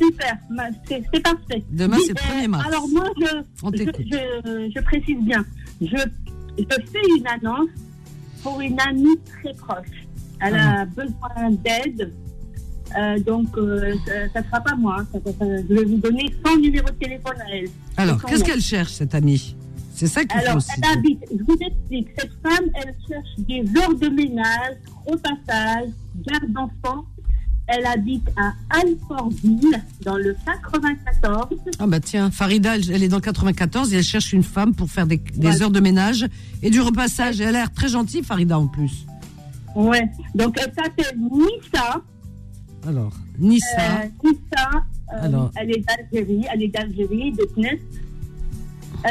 S9: Super, ma- c'est c'est parfait.
S2: Demain,
S9: Dis-
S2: c'est le
S9: euh,
S2: 1er mars.
S9: Alors moi, je,
S2: On
S9: je,
S2: t'écoute.
S9: je- je précise bien, je, je fais une annonce pour une amie très proche. Elle
S2: Ah.
S9: a besoin d'aide, euh, donc euh, ça ne sera pas moi. hein. Ça- ça- ça- je vais vous donner son numéro de téléphone à elle.
S2: Alors,
S9: son
S2: qu'est-ce
S9: nom.
S2: qu'elle cherche, cette amie C'est ça qu'il faut
S9: Alors,
S2: aussi.
S9: elle habite, je vous explique, cette femme, elle cherche des heures de ménage, repassage, garde d'enfants. Elle habite à Alfortville, dans le 94.
S2: Ah bah tiens, Farida, elle, elle est dans 94 et elle cherche une femme pour faire des, des
S9: Voilà.
S2: heures de ménage et du repassage. Elle a l'air très gentille, Farida, en plus.
S9: Ouais. Donc, euh, elle s'appelle Nissa.
S2: Alors, Nissa.
S9: Euh, Nissa, euh,
S2: Alors.
S9: elle est d'Algérie, elle est d'Algérie, de Tunis. Euh,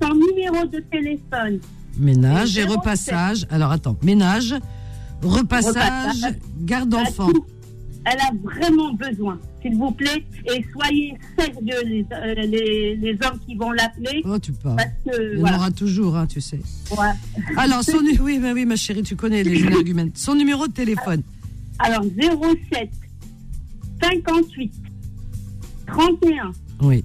S9: son numéro de téléphone,
S2: Ménage et
S9: 07.
S2: repassage. Alors attends, ménage, repassage,
S9: Repassage.
S2: garde
S9: elle a
S2: d'enfants.
S9: tout. elle a vraiment besoin, s'il vous plaît. Et soyez sérieux, les, euh, les, les hommes qui vont l'appeler.
S2: Oh, tu parles.
S9: Parce
S2: Il y en
S9: que, euh, voilà.
S2: aura toujours, hein, tu sais.
S9: Ouais.
S2: Alors, son nu- oui, bah oui, ma chérie, tu connais les arguments. Son numéro de téléphone.
S9: Alors 07 58 31
S2: Oui,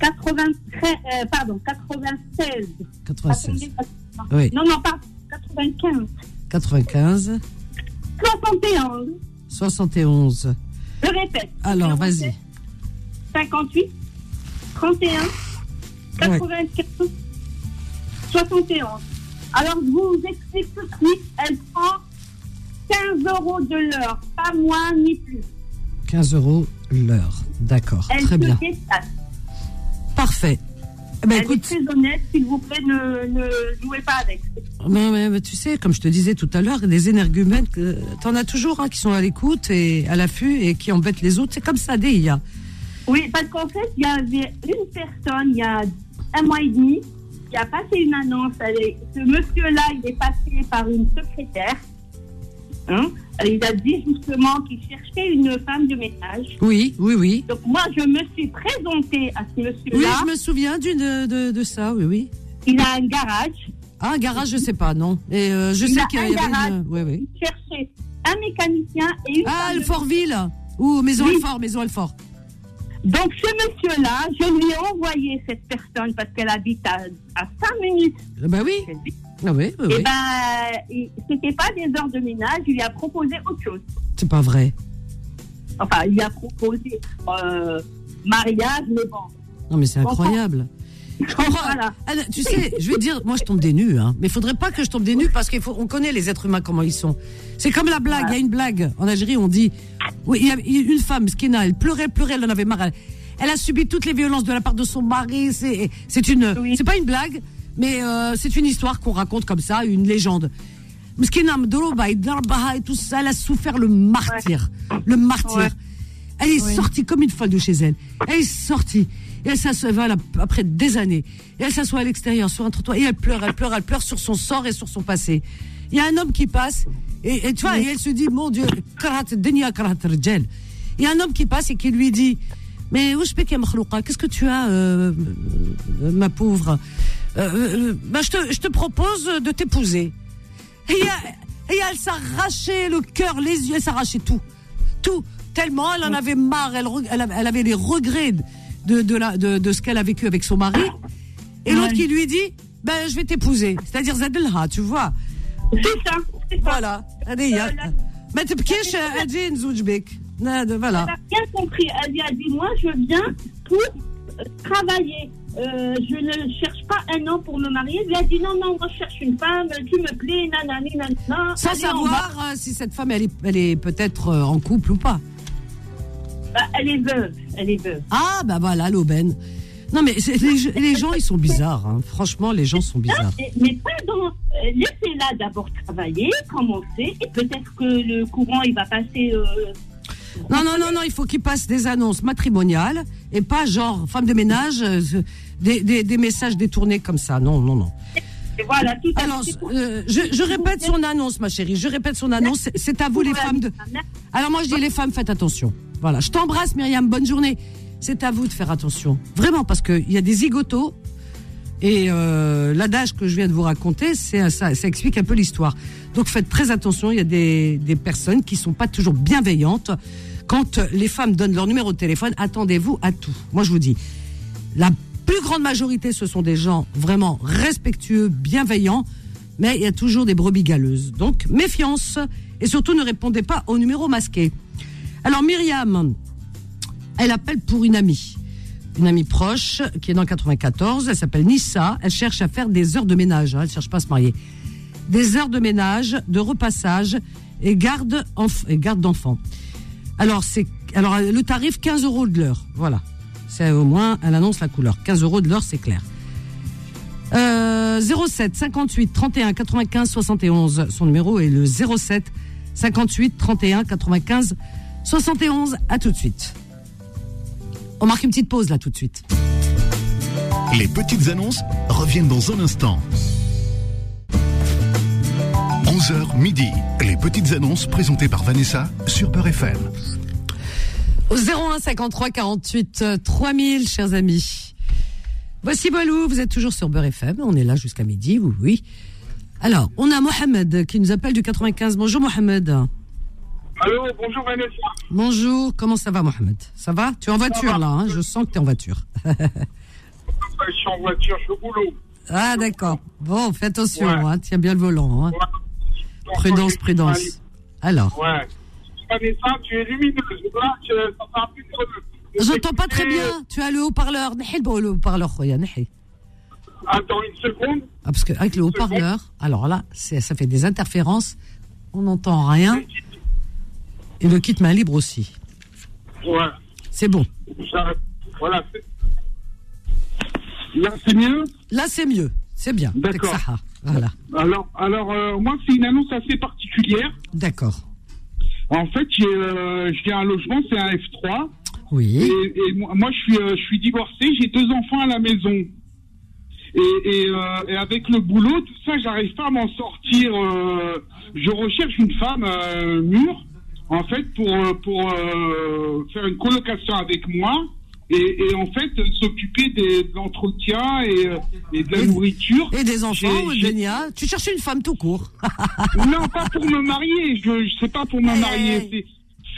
S9: 93 euh, pardon 96
S2: 96.
S9: Attendez,
S2: Oui.
S9: Non non pardon 95
S2: 95,
S9: 71
S2: 71.
S9: je répète
S2: Alors,
S9: 07
S2: vas-y.
S9: 58 31 95 71 alors je vous explique tout de suite elle prend 15 euros de l'heure pas moins ni plus
S2: 15 euros l'heure. D'accord,
S9: elle
S2: très
S9: se
S2: bien.
S9: déplace
S2: Parfait. Eh Ben,
S9: elle
S2: écoute,
S9: est très honnête s'il vous plaît ne, ne jouez pas avec
S2: Non, mais, mais tu sais, comme je te disais tout à l'heure, des énergumènes, que- t'en as toujours hein, qui sont à l'écoute et à l'affût et qui embêtent les autres. C'est comme ça, des IA.
S9: Oui, parce qu'en fait, il y avait une personne, il y a un mois et demi, qui a passé une annonce. Elle est- ce monsieur-là, il est passé par une secrétaire. Hein Euh, il a dit justement qu'il cherchait une femme de ménage.
S2: Oui, oui, oui.
S9: Donc moi, je me suis présentée à ce
S2: Oui,
S9: monsieur-là.
S2: je me souviens d'une- de, de, de ça, oui, oui.
S9: Il a un garage.
S2: Ah, un garage, je sais pas, non. Et euh, je
S9: Il
S2: sais
S9: a
S2: qu'il y
S9: un
S2: avait
S9: garage.
S2: une... euh, Oui, oui.
S9: Il cherchait un mécanicien et une
S2: Ah,
S9: femme de-
S2: Alfortville Ou Maison
S9: Oui.
S2: Alfort, Maison Alfort.
S9: Donc ce monsieur-là, je lui ai envoyé cette personne parce qu'elle habite à, à 5 minutes.
S2: Eh Ben oui. Ah oui, oui,
S9: Et
S2: oui.
S9: ben, il- c'était pas des heures de ménage, il lui a proposé autre chose.
S2: C'est pas vrai.
S9: Enfin, il lui a proposé euh, mariage, mais bon.
S2: Non, mais c'est
S9: Enfin.
S2: incroyable. Voilà. tu sais, je vais te dire, moi je tombe des nues, hein. mais faudrait pas que je tombe des nues parce qu'on connaît les êtres humains comment ils sont. C'est comme la blague, il y a une blague en Algérie, on dit, oui, il y a- il y a une femme, Skina, elle pleurait, pleurait, elle en avait marre. Elle, elle a subi toutes les violences de la part de son mari, c'est c'est une, c'est pas une blague, mais euh, c'est une histoire qu'on raconte comme ça, une légende. Mskina Mdoroba et Darbaha et tout ça, elle a souffert le martyr. Le martyr. Elle est sortie comme une folle de chez elle. Elle est sortie. Et elle s'assoit, voilà, après des années. Et elle s'assoit à l'extérieur, sur un trottoir, et elle pleure, elle pleure, elle pleure sur son sort et sur son passé. Il y a un homme qui passe, et, et tu vois, et elle se dit, mon Dieu, karat denia karat rjel. Il y a un homme qui passe et qui lui dit, mais où je peux qu'il y a makhlouqa Qu'est-ce que tu as, euh, euh, ma pauvre Euh, euh, ben, je te- je te propose de t'épouser. Et, elle- et elle s'arrachait le cœur, les yeux, elle s'arrachait tout. Tout. Tellement elle en avait marre, elle, re- elle, avait- elle avait les regrets de, de, la, de, de ce qu'elle a vécu avec son mari. Et l'autre qui lui dit Ben, je vais t'épouser. C'est-à-dire Zadelha, tu vois.
S9: C'est ça. Euh,
S2: Voilà. Allez, il y a- Mais tu pkish, elle dit une Zoujbek. Nada, Voilà.
S9: Elle a bien compris. Elle lui a dit Moi, je viens pour euh, travailler. Euh, je ne cherche pas un an pour me marier. Elle lui a dit Non, non, moi, je cherche une femme. Tu me plais, nanani, nanana.
S2: Sans
S9: Hein, Allez, on
S2: savoir euh, si cette femme, elle est, elle est peut-être euh, en couple ou pas.
S9: va. Bah, elle est veuve. Elle est veuve.
S2: Ah, bah voilà, l'aubaine. Non, mais c'est- les, les gens, ils sont bizarres. hein. Franchement, les gens sont bizarres.
S9: Mais- Mais pas dans. euh, Laissez-la d'abord travailler, commencer, et peut-être que le courant il va passer. euh,
S2: Non, non, non, non, il faut qu'il passe des annonces matrimoniales et pas genre femme de ménage, euh, euh, des, des- des messages détournés comme ça. Non, non, non.
S9: et voilà, tout à
S2: Alors,
S9: fait.
S2: euh, je, je répète son annonce, ma chérie. Je répète son annonce. C'est- C'est à vous, les femmes. De... Alors, moi, je dis, les femmes, faites attention. Voilà. Je t'embrasse, Myriam. Bonne journée. C'est à vous de faire attention. Vraiment, parce qu'il y a des zigotos. Et euh, l'adage que je viens de vous raconter, c'est ça, ça explique un peu l'histoire. Donc faites très attention, il y a des, des personnes qui sont pas toujours bienveillantes. Quand euh, les femmes donnent leur numéro de téléphone, attendez-vous à tout. Moi, je vous dis, la plus grande majorité, ce sont des gens vraiment respectueux, bienveillants, mais il y a toujours des brebis galeuses. Donc, méfiance et surtout ne répondez pas aux numéros masqués. Alors, Myriam, elle appelle pour une amie, une amie proche qui est dans le 94. Elle s'appelle Nissa. Elle cherche à faire des heures de ménage. hein, Elle cherche pas à se marier. Des heures de ménage, de repassage et garde, enf- et garde d'enfants. Alors, c'est, alors, euh, le tarif 15 euros de l'heure. Voilà. C'est au moins, elle annonce la couleur. 15 euros de l'heure, c'est clair. Euh, 07 58 31 95 71. Son numéro est le 07 58 31 95 71. À tout de suite. On marque une petite pause là tout de suite.
S1: Les petites annonces reviennent dans un instant. 11h midi, les petites annonces présentées par Vanessa sur Peur FM.
S2: Au 01 53 48 3000, euh, chers amis. Voici Balou, vous êtes toujours sur Beurre FM. On est là jusqu'à midi, oui, oui. Alors, on a Mohamed qui nous appelle du 95. Bonjour Mohamed.
S10: Allô, bonjour Vanessa.
S2: Bonjour, comment ça va Mohamed Ça va Tu es en voiture là, hein je sens que tu es en voiture.
S10: Bah, Je suis en voiture, je suis au boulot.
S2: ah d'accord. Bon, fais attention, hein, tiens bien le volant. hein. Prudence, prudence. Ah. Alors,
S10: Ouais. Vanessa, tu es lumineuse. Là, tu, ça fait un peu de-
S2: j'entends pas très bien, tu as le haut-parleur. Nehil bon, le haut-parleur, Khoya, nehil.
S10: Attends une seconde.
S2: Ah, parce qu'avec le haut-parleur, alors là, c'est- ça fait des interférences, on n'entend rien. Et le kit main libre aussi.
S10: Ouais.
S2: C'est bon.
S10: J'arrête. Voilà. c'est- Là, c'est mieux
S2: Là, c'est mieux. C'est bien.
S10: D'accord.
S2: Avec Sahar. Voilà.
S10: Alors, alors euh, moi, c'est une annonce assez particulière.
S2: D'accord.
S10: En fait, j'ai euh, j'ai un logement, c'est un F3.
S2: Oui.
S10: Et, et moi, moi, je suis, euh, je suis divorcé, j'ai deux enfants à la maison. Et, et, euh, et avec le boulot, tout ça, j'arrive pas à m'en sortir. euh, je recherche une femme euh, mûre, en fait, pour, euh, pour euh, faire une colocation avec moi. Et, et en fait, euh, s'occuper des- de l'entretien et, euh, et de la nourriture.
S2: Et des enfants,
S10: J'ai- j'ai-
S2: Eugenia. Tu cherches une femme tout court.
S10: non, pas pour me marier. Je, je sais pas pour me marier. C'est-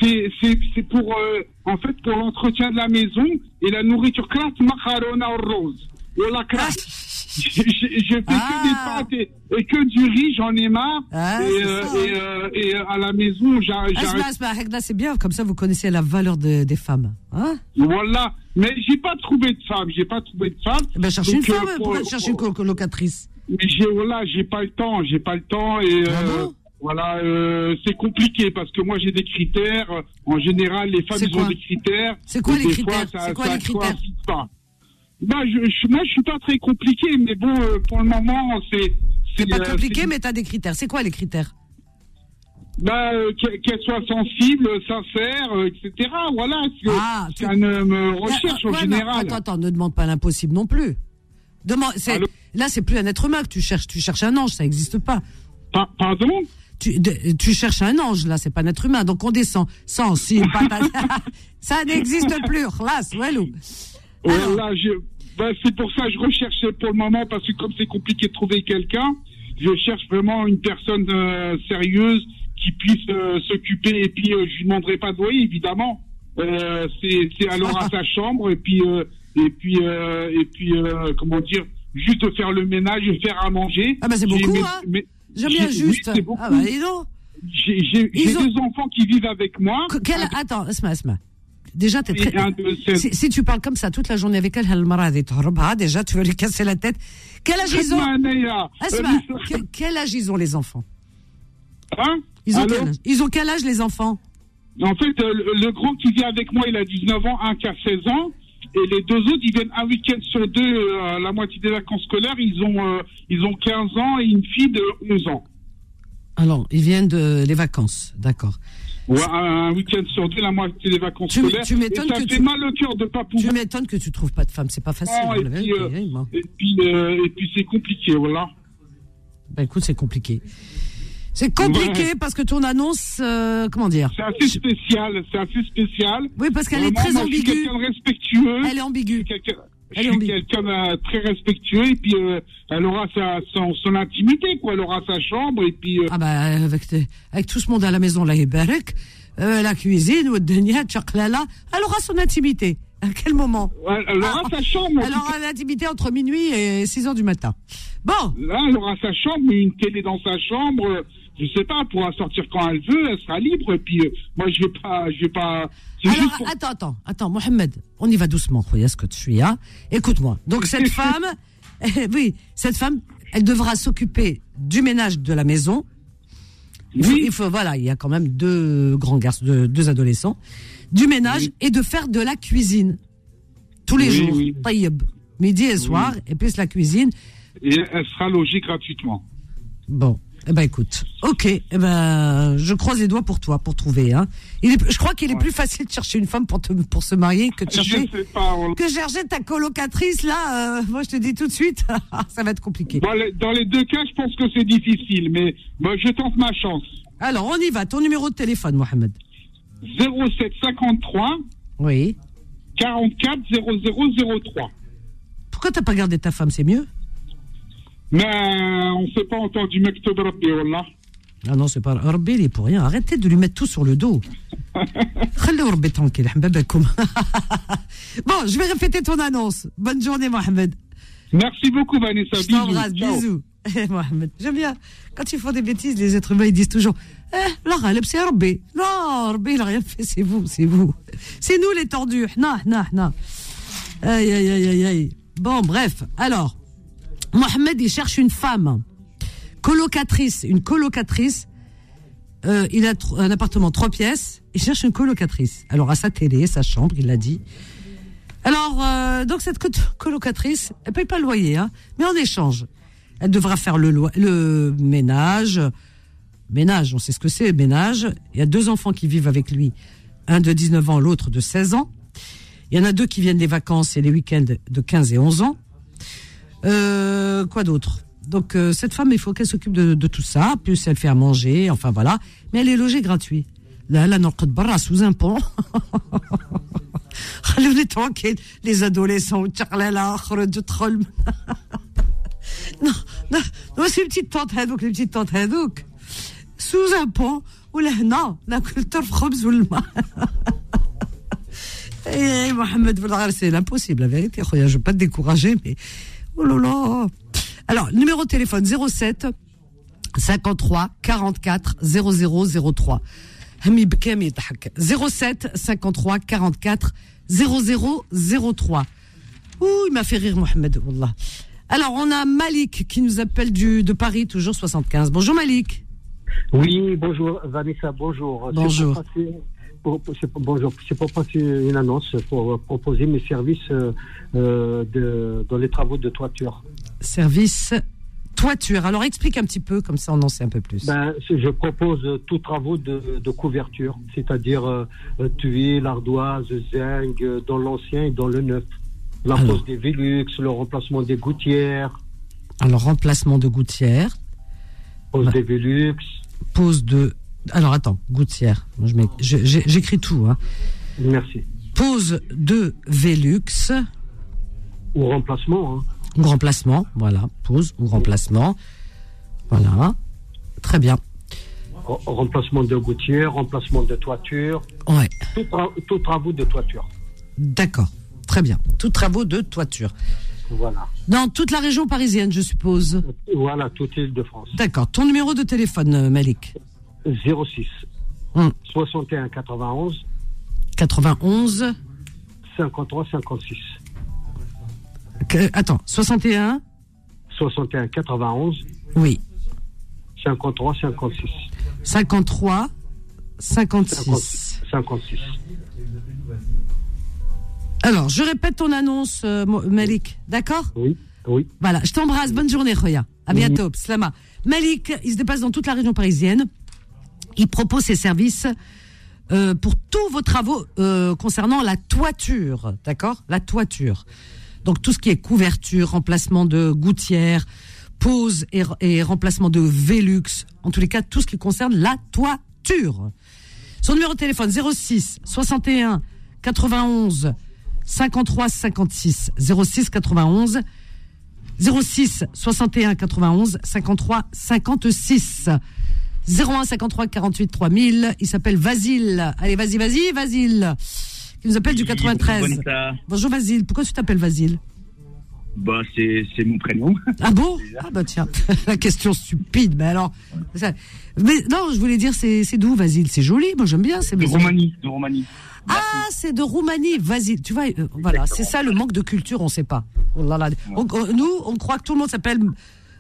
S10: C'est, c'est, c'est pour, euh, en fait, pour
S2: Ah,
S10: l'entretien de la maison et la nourriture classe macarona au rose. Ou la classe. J'ai j'ai fait que des pâtes et, et que du riz, j'en ai marre.
S2: Ah,
S10: et,
S2: c'est
S10: euh,
S2: ça.
S10: et, euh, et, euh, à la maison, j'a-
S2: Asma,
S10: j'arrête.
S2: Asma, Hekda, c'est bien, comme ça vous connaissez la valeur de- des femmes. Hein
S10: Voilà. Mais j'ai pas trouvé de femme. J'ai pas trouvé de femme.
S2: ben, cherche une
S10: Donc, euh,
S2: femme,
S10: pour-
S2: pourquoi tu cherches une
S10: pour-
S2: colocatrice
S10: Mais j'ai voilà, j'ai pas le temps, j'ai pas le temps et
S2: Ah
S10: euh, voilà, euh, c'est compliqué parce que moi j'ai des critères. En général, les femmes
S2: C'est
S10: ils ont
S2: quoi
S10: des critères.
S2: C'est quoi
S10: Et
S2: les
S10: des
S2: critères
S10: fois, ça-
S2: C'est quoi
S10: ça
S2: les critères
S10: coïncide pas. Bah, je, je- moi je suis pas très compliqué, mais bon, euh, pour le moment c'est
S2: C'est pas
S10: euh,
S2: compliqué,
S10: c'est-
S2: mais t'as des critères. C'est quoi les critères
S10: bah, euh, que- qu'elle soit sensible, sincère, euh, etc. Voilà, c'est
S2: Ah,
S10: c'est
S2: tu-
S10: une euh, recherche
S2: Ah,
S10: en
S2: ouais, mais
S10: général.
S2: Attends, attends, ne demande pas l'impossible non plus. Demande, c'est-
S10: Allô
S2: là, c'est plus un être humain que tu cherches. Tu cherches un ange, ça n'existe pas.
S10: pardon
S2: tu, de- tu cherches un ange, là, c'est pas un être humain. Donc on descend. Sans, si, patate. ça n'existe plus. Khlas, Walou. Alors,
S10: Voilà, je- ben, c'est pour ça que je recherche pour le moment, parce que comme c'est compliqué de trouver quelqu'un, je cherche vraiment une personne euh, sérieuse qui puisse euh, s'occuper, et puis euh, je lui demanderai pas de loyer, évidemment. Euh, c'est c'est alors à sa chambre, et puis, euh, et puis, euh, et puis euh, comment dire, juste de faire le ménage et faire à manger.
S2: Ah ben, c'est
S10: J'ai-
S2: beaucoup,
S10: mais-
S2: hein.
S10: mais-
S2: j'aime bien
S10: j'ai-
S2: juste.
S10: oui, c'est beaucoup.
S2: ah bah, dis donc.
S10: J'ai j'ai-
S2: Ils
S10: j'ai
S2: ont-
S10: deux enfants qui vivent avec moi.
S2: Que- quel- attends, Asma, Asma. Déjà, t'es
S10: Et
S2: très.
S10: un de ces-
S2: Si, si tu parles comme ça toute la journée avec elle, elle m'a dit, Ah, déjà, tu vas lui casser la tête. Quel âge ils ont
S10: Anaya.
S2: Asma, que- quel âge ils ont les enfants
S10: Euh, Hein
S2: ils ont,
S10: Allô
S2: quel âge ils ont quel âge les enfants
S10: En fait, euh, le, le grand qui vient avec moi, il a 19 ans, un qui a 16 ans. Et les deux autres, ils viennent un week-end sur deux, euh, la moitié des vacances scolaires. Ils ont, euh, ils ont 15 ans et une fille de 11 ans.
S2: Alors, ils viennent de les vacances, d'accord.
S10: Ouais, un un week-end sur deux, la moitié des vacances
S2: Tu-
S10: scolaires.
S2: tu m'étonnes
S10: Et ça
S2: que
S10: fait
S2: tu-
S10: mal au cœur de pas
S2: Tu
S10: pouvoir.
S2: m'étonnes que tu trouves pas de femme, c'est pas facile.
S10: Oh, et
S2: la
S10: puis,
S2: vérité,
S10: euh,
S2: hein, moi.
S10: Et puis, euh, et puis c'est compliqué, voilà.
S2: Bah écoute, c'est compliqué. C'est compliqué
S10: Ouais.
S2: parce que ton annonce, euh, comment dire
S10: C'est assez spécial, c'est assez spécial.
S2: Oui, parce qu'elle est
S10: Vraiment,
S2: très
S10: moi, Je suis
S2: ambiguë.
S10: quelqu'un de respectueux.
S2: Elle est ambiguë.
S10: quelqu'un-
S2: Elle
S10: je
S2: est
S10: suis
S2: ambiguë.
S10: quelqu'un de très respectueux et puis euh, elle aura sa son, son intimité quoi, elle aura sa chambre et puis euh,
S2: Ah bah avec, tes- avec tout ce monde à la maison, là, Ibarek, euh, la cuisine, ou Denia, Tchaklala, elle aura son intimité. À quel moment
S10: elle, elle aura
S2: Ah,
S10: sa chambre. en
S2: Elle
S10: tout cas.
S2: aura l'intimité entre minuit et 6 heures du matin. Bon,
S10: Là, elle aura sa chambre, une télé dans sa chambre. euh, Je sais pas, elle pourra sortir quand elle veut, elle sera libre. Et puis euh, moi, je vais pas, je vais pas. c'est
S2: alors
S10: juste pour-
S2: Ah, attends, attends, attends, Mohamed, on y va doucement, croyez ce que tu suis, hein. Écoute-moi. Donc cette femme, eh oui, cette femme, elle devra s'occuper du ménage de la maison. Il faut,
S10: Oui.
S2: il faut- voilà, il y a quand même deux grands garçons, deux, deux adolescents, du ménage et de faire de la cuisine tous les
S10: Oui,
S2: jours,
S10: oui.
S2: Taïeb. midi et soir, et plus la cuisine.
S10: Et elle sera logée gratuitement.
S2: Bon, eh ben écoute, ok, eh ben je croise les doigts pour toi, pour trouver. Hein. Il est, je crois qu'il est plus facile de chercher une femme pour te, pour se marier que de
S10: Je
S2: chercher
S10: sais pas. on-
S2: que chercher ta colocatrice là. euh, moi, je te dis tout de suite, ça va être compliqué.
S10: Dans les, dans les deux cas, je pense que c'est difficile, mais moi, je tente ma chance.
S2: Alors, on y va. Ton numéro de téléphone, Mohamed.
S10: 07 53
S2: Oui.
S10: 44 0003.
S2: Pourquoi t'as pas gardé ta femme C'est mieux.
S10: Mais euh, on s'est pas entendu, Maktoub Rabbi, Wallah.
S2: Ah non, c'est pas Rabbi, il est pour rien. Arrêtez de lui mettre tout sur le dos. Khallou Rabbi tranquille, hambabakoum. Bon, je vais répéter ton annonce. Bonne journée, Mohamed.
S10: Merci beaucoup, Vanessa.
S2: Je t'embrasse,
S10: Ciao.
S2: bisous. Eh, Mohamed, j'aime bien. Quand ils font des bêtises, les êtres humains, ils disent toujours Eh, la ghalib, c'est Rabbi. Non, Rabbi, il a rien fait, c'est vous, c'est vous. C'est nous les tordus. Non, non, non. Aïe, aïe, aïe, aïe, aïe. Bon, bref. Alors, Mohamed, il cherche une femme. Colocatrice, une colocatrice. Euh, il a tr- un appartement trois pièces. Il cherche une colocatrice. Alors, à sa télé, sa chambre, il l'a dit. Alors, euh, donc cette co- colocatrice, elle paye pas le loyer, hein, mais en échange, elle devra faire le, lo- le ménage. Ménage, on sait ce que c'est, ménage. Il y a deux enfants qui vivent avec lui, un de 19 ans, l'autre de 16 ans. Il y en a deux qui viennent des vacances et les week-ends de 15 et 11 ans. Euh, quoi d'autre Donc euh, cette femme, il faut qu'elle s'occupe de, de tout ça, plus elle fait à manger, enfin voilà. Mais elle est logée gratuit. Là, là, non, sous un pont. خلوني ترانكيل لي زادوليسون تقلاله خرج ادخل نو نو نو سي بتيت طونت هذوك لي بتيت طونت هذوك سوز ان بون ولا هنا ناكل طرف خبز والماء Eh, اي محمد بالعار سي لامبوسيبل لا فيريتي خويا جو با ديكوراجي مي Oh là là Alors, numéro de téléphone 07 53 44 0003. Hami Bekem يضحك. 07 53 44 0003. Ouh, il m'a fait rire Mohamed, wallah. Alors, on a Malik qui nous appelle du, de Paris, toujours 75. Bonjour Malik.
S11: Oui, bonjour Vanessa, bonjour.
S2: Bonjour.
S11: C'est pour passer- pour- pour- c'est pour- bonjour, c'est pour passer une annonce pour euh, proposer mes services euh, euh, de- dans les travaux de toiture.
S2: Service toiture. Alors, explique un petit peu, comme ça on en sait un peu plus.
S11: Ben, c'est- je propose euh, tous travaux de, de couverture, c'est-à-dire euh, euh, tuiles, ardoise, zinc, euh, dans l'ancien et dans le neuf. La
S2: Alors.
S11: pose des Velux, le remplacement des gouttières,
S2: Alors, remplacement de gouttière.
S11: pose des Velux.
S2: Pose de. Alors, attends, gouttière. Moi, je mets- je- j'ai- J'écris tout. Hein.
S11: Merci.
S2: Pose de Velux.
S11: Ou remplacement. hein.
S2: Ou remplacement. Voilà. Pose ou remplacement. Voilà. Très bien.
S11: Re- Remplacement de gouttières, remplacement de toiture,
S2: Ouais.
S11: tous tra- tous travaux de toiture.
S2: D'accord. Très bien. Tous travaux de toiture.
S11: Voilà.
S2: Dans toute la région parisienne, je suppose.
S11: Voilà, toute l'île de France.
S2: D'accord. Ton numéro de téléphone, euh, Malik
S11: 06
S2: Hum.
S11: 61 91
S2: 91.
S11: 53 56.
S2: que- attends, 61
S11: 61 91
S2: Oui.
S11: 53 56.
S2: 53 56.
S11: 56. 56.
S2: Alors, je répète ton annonce, euh, Mo- Malik. D'accord
S11: Oui, oui.
S2: Voilà, je t'embrasse. Bonne journée, Roya. À bientôt. Slama. Malik, il se dépasse dans toute la région parisienne. Il propose ses services euh, pour tous vos travaux euh, concernant la toiture. D'accord La toiture. Donc, tout ce qui est couverture, remplacement de gouttières, pose et, et remplacement de Velux. En tous les cas, tout ce qui concerne la toiture. Son numéro de téléphone 06 61 91 53 56 06 91 06 61 91 53 56 01 53 48 3000 il s'appelle Vasile allez vas-y vas-y Vasile qui nous appelle du 93 bonjour Vasile pourquoi tu t'appelles Vasile
S12: Bah, c'est c'est mon prénom.
S2: ah bon ah bah tiens la question stupide mais alors ça- mais non je voulais dire c'est c'est d'où Vasile c'est joli moi j'aime bien c'est
S12: De Roumanie. De Roumanie.
S2: Ah, c'est de Roumanie. Vas-y, tu vois, euh, voilà, c'est ça le manque de culture, on sait pas. Oh là là. On- on- nous, on croit que tout le monde s'appelle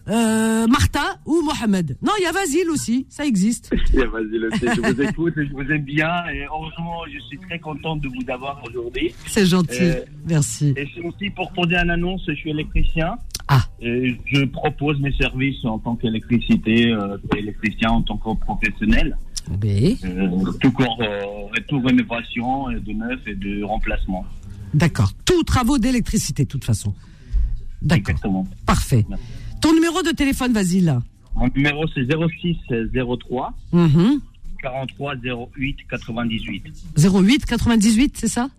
S2: euh, Martin ou Mohamed. Non, il y a Vasile aussi, ça existe.
S12: Eh, Vas-y, le sais, je vous écoute, je vous aime bien. Et heureusement, je suis très content de vous avoir aujourd'hui.
S2: C'est gentil,
S12: Euh,
S2: merci.
S12: Et c'est aussi pour poser une annonce, je suis électricien.
S2: Ah.
S12: Et je propose mes services en tant qu'électricité, euh, électricien en tant que professionnel.
S2: Oui,
S12: Euh, tout, corps, euh, tout rénovation, et de neuf et de remplacement.
S2: d'accord. Tous travaux d'électricité, de toute façon. D'accord,
S12: Exactement.
S2: parfait.
S12: Merci.
S2: Ton numéro de téléphone, Vasile
S12: Mon numéro, c'est 06 03
S2: Mhm.
S12: 43 08 98.
S2: 08 98, c'est ça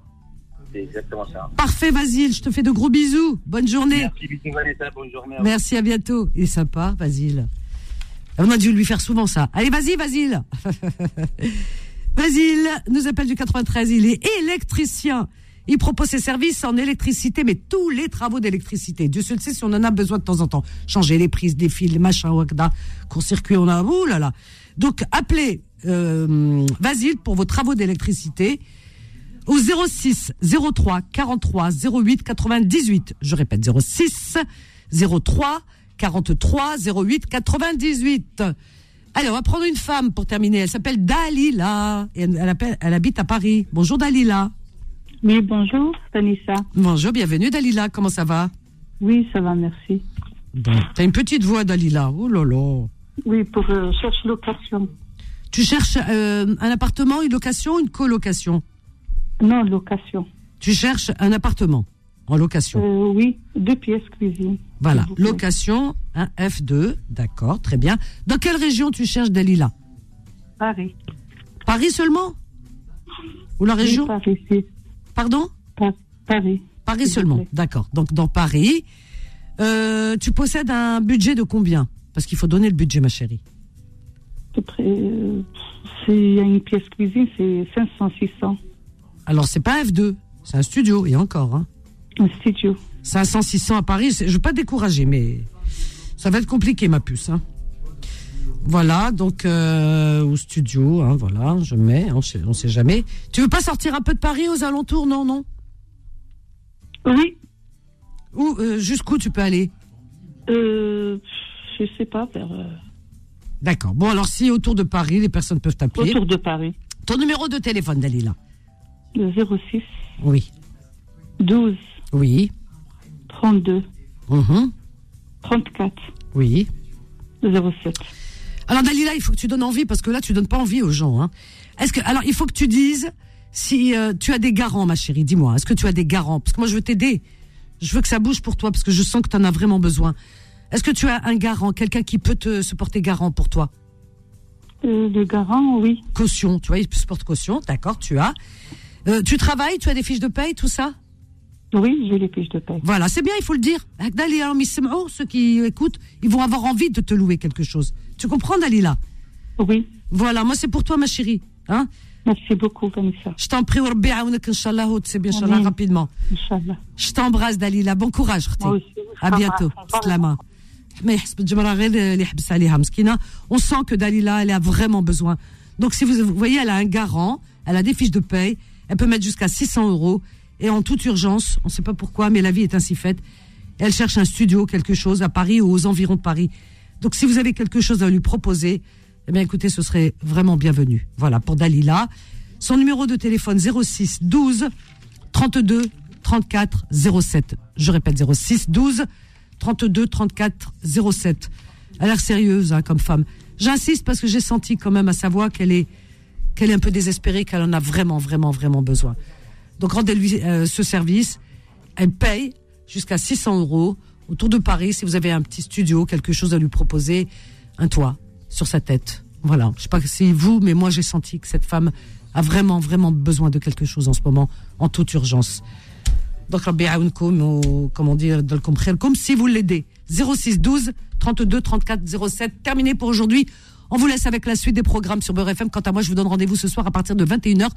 S12: C'est exactement ça.
S2: Parfait, Vasile, je te fais de gros bisous. Bonne journée.
S12: Merci, bisous, Vanessa. Bonne journée.
S4: hein.
S12: à vous.
S2: Merci, à bientôt. Il est sympa, Basile. On a dû lui faire souvent ça. Allez, vas-y, Basile. Basile nous appelle du 93. Il est électricien. Il propose ses services en électricité, mais tous les travaux d'électricité. Dieu seul sait si on en a besoin de temps en temps. Changer les prises, des fils, les machins, wakda, court-circuit, on a. Ouh là là. Donc, appelez euh, Basile pour vos travaux d'électricité au 06 03 43 08 98. Je répète 06 03 43 08 98. Allez, on va prendre une femme pour terminer. Elle s'appelle Dalila et elle, elle appelle- elle habite à Paris. Bonjour Dalila.
S6: Oui, bonjour, Vanessa.
S2: Bonjour, bienvenue Dalila. Comment ça va
S6: Oui, ça va, merci.
S2: T'as une petite voix Dalila. Oh là là.
S6: Oui, pour euh, cherche location.
S2: Tu cherches euh, un appartement, une location, une colocation
S6: Non, location.
S2: Tu cherches un appartement en location.
S6: Euh, oui, deux pièces cuisine.
S2: Voilà,
S6: S'il vous plaît.
S2: location, un F2, d'accord, très bien. Dans quelle région tu cherches Dalila
S6: Paris.
S2: Paris seulement Ou la
S6: Oui,
S2: région
S6: Paris, si.
S2: Pardon
S6: Pa- Paris.
S2: Paris
S6: S'il vous
S2: seulement,
S6: plaît.
S2: d'accord. Donc dans Paris, euh, tu possèdes un budget de combien Parce qu'il faut donner le budget, ma chérie.
S6: C'est près, euh, S'il y a une pièce cuisine, c'est 500, 600.
S2: Alors c'est pas un F2, c'est un studio, et encore. Hein.
S6: Un studio.
S2: 500, 600 à Paris, c'est- je veux pas te décourager, mais Ça va être compliqué, ma puce. hein. Voilà, donc euh, au studio, hein, voilà, je mets, hein, on sait, on sait jamais. Tu veux pas sortir un peu de Paris aux alentours, non, non
S6: Oui.
S2: Où, euh, jusqu'où tu peux aller
S6: Euh, je sais pas, vers. euh,
S2: D'accord. Bon, alors si autour de Paris, les personnes peuvent t'appeler.
S6: Autour de Paris.
S2: Ton numéro de téléphone, Dalila
S6: Le 06
S2: Oui.
S6: 12
S2: Oui.
S6: 32
S2: Mhm.
S6: 34
S2: Oui.
S6: 07.
S2: Alors Dalila, il faut que tu donnes envie parce que là tu donnes pas envie aux gens. Hein. Est-ce que alors il faut que tu dises si euh, tu as des garants, ma chérie, dis-moi. Est-ce que tu as des garants Parce que moi je veux t'aider. Je veux que ça bouge pour toi parce que je sens que tu en as vraiment besoin. Est-ce que tu as un garant, quelqu'un qui peut te se porter garant pour toi
S6: Euh, Le garant, oui.
S2: Caution, tu vois, il se porte caution, d'accord, tu as. Euh, tu travailles, tu as des fiches de paye, tout ça
S6: Oui, j'ai les fiches de paye.
S2: Voilà, c'est bien, il faut le dire. Hak Dalila, hum yisma'ou, ceux qui écoutent, ils vont avoir envie de te louer quelque chose. Tu comprends, Dalila
S6: Oui.
S2: Voilà, moi c'est pour toi, ma chérie. Hein
S6: Merci beaucoup, Vanessa.
S2: Je t'en prie, wa Rabbi aounak, Inch'Allah, ou c'est bien, Inch'Allah,
S6: Amen.
S2: rapidement.
S6: Inch'Allah.
S2: Je t'embrasse, Dalila. Bon courage, Khti.
S6: Moi aussi, je
S2: À bientôt.
S6: t'embrasse. Au revoir.
S2: Slama. Mais يحسب الجمرة غير اللي يحبس عليها مسكينة. On sent que Dalila, elle a vraiment besoin. Donc, si vous vous voyez, elle a un garant, elle a des fiches de paye, elle peut mettre jusqu'à 600 euros. Et en toute urgence, on ne sait pas pourquoi, mais la vie est ainsi faite. Elle cherche un studio, quelque chose à Paris ou aux environs de Paris. Donc, si vous avez quelque chose à lui proposer, eh bien, écoutez, ce serait vraiment bienvenu. Voilà, pour Dalila. Son numéro de téléphone 06 12 32 34 07. Je répète 06 12 32 34 07. Elle a l'air sérieuse hein, comme femme. J'insiste parce que j'ai senti quand même à sa voix qu'elle est qu'elle est un peu désespérée, qu'elle en a vraiment vraiment vraiment besoin. Donc rendez-lui euh, ce service. Elle paye jusqu'à 600 euros autour de Paris si vous avez un petit studio, quelque chose à lui proposer, un toit sur sa tête. Voilà. Je sais pas si vous, mais moi j'ai senti que cette femme a vraiment vraiment besoin de quelque chose en ce moment, en toute urgence. Donc Rabbi Aounkoum, ou comment dire, Dolkom Khairkoum, si vous l'aidez. 06 12 32 34 07. Terminé pour aujourd'hui. On vous laisse avec la suite des programmes sur Beurre FM. Quant à moi, je vous donne rendez-vous ce soir à partir de 21h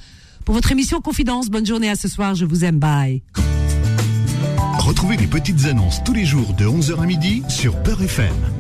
S2: pour votre émission Confidence. Bonne journée à ce soir. Je vous aime. Bye.
S1: Retrouvez les petites annonces tous les jours de 11h à midi sur Peur FM.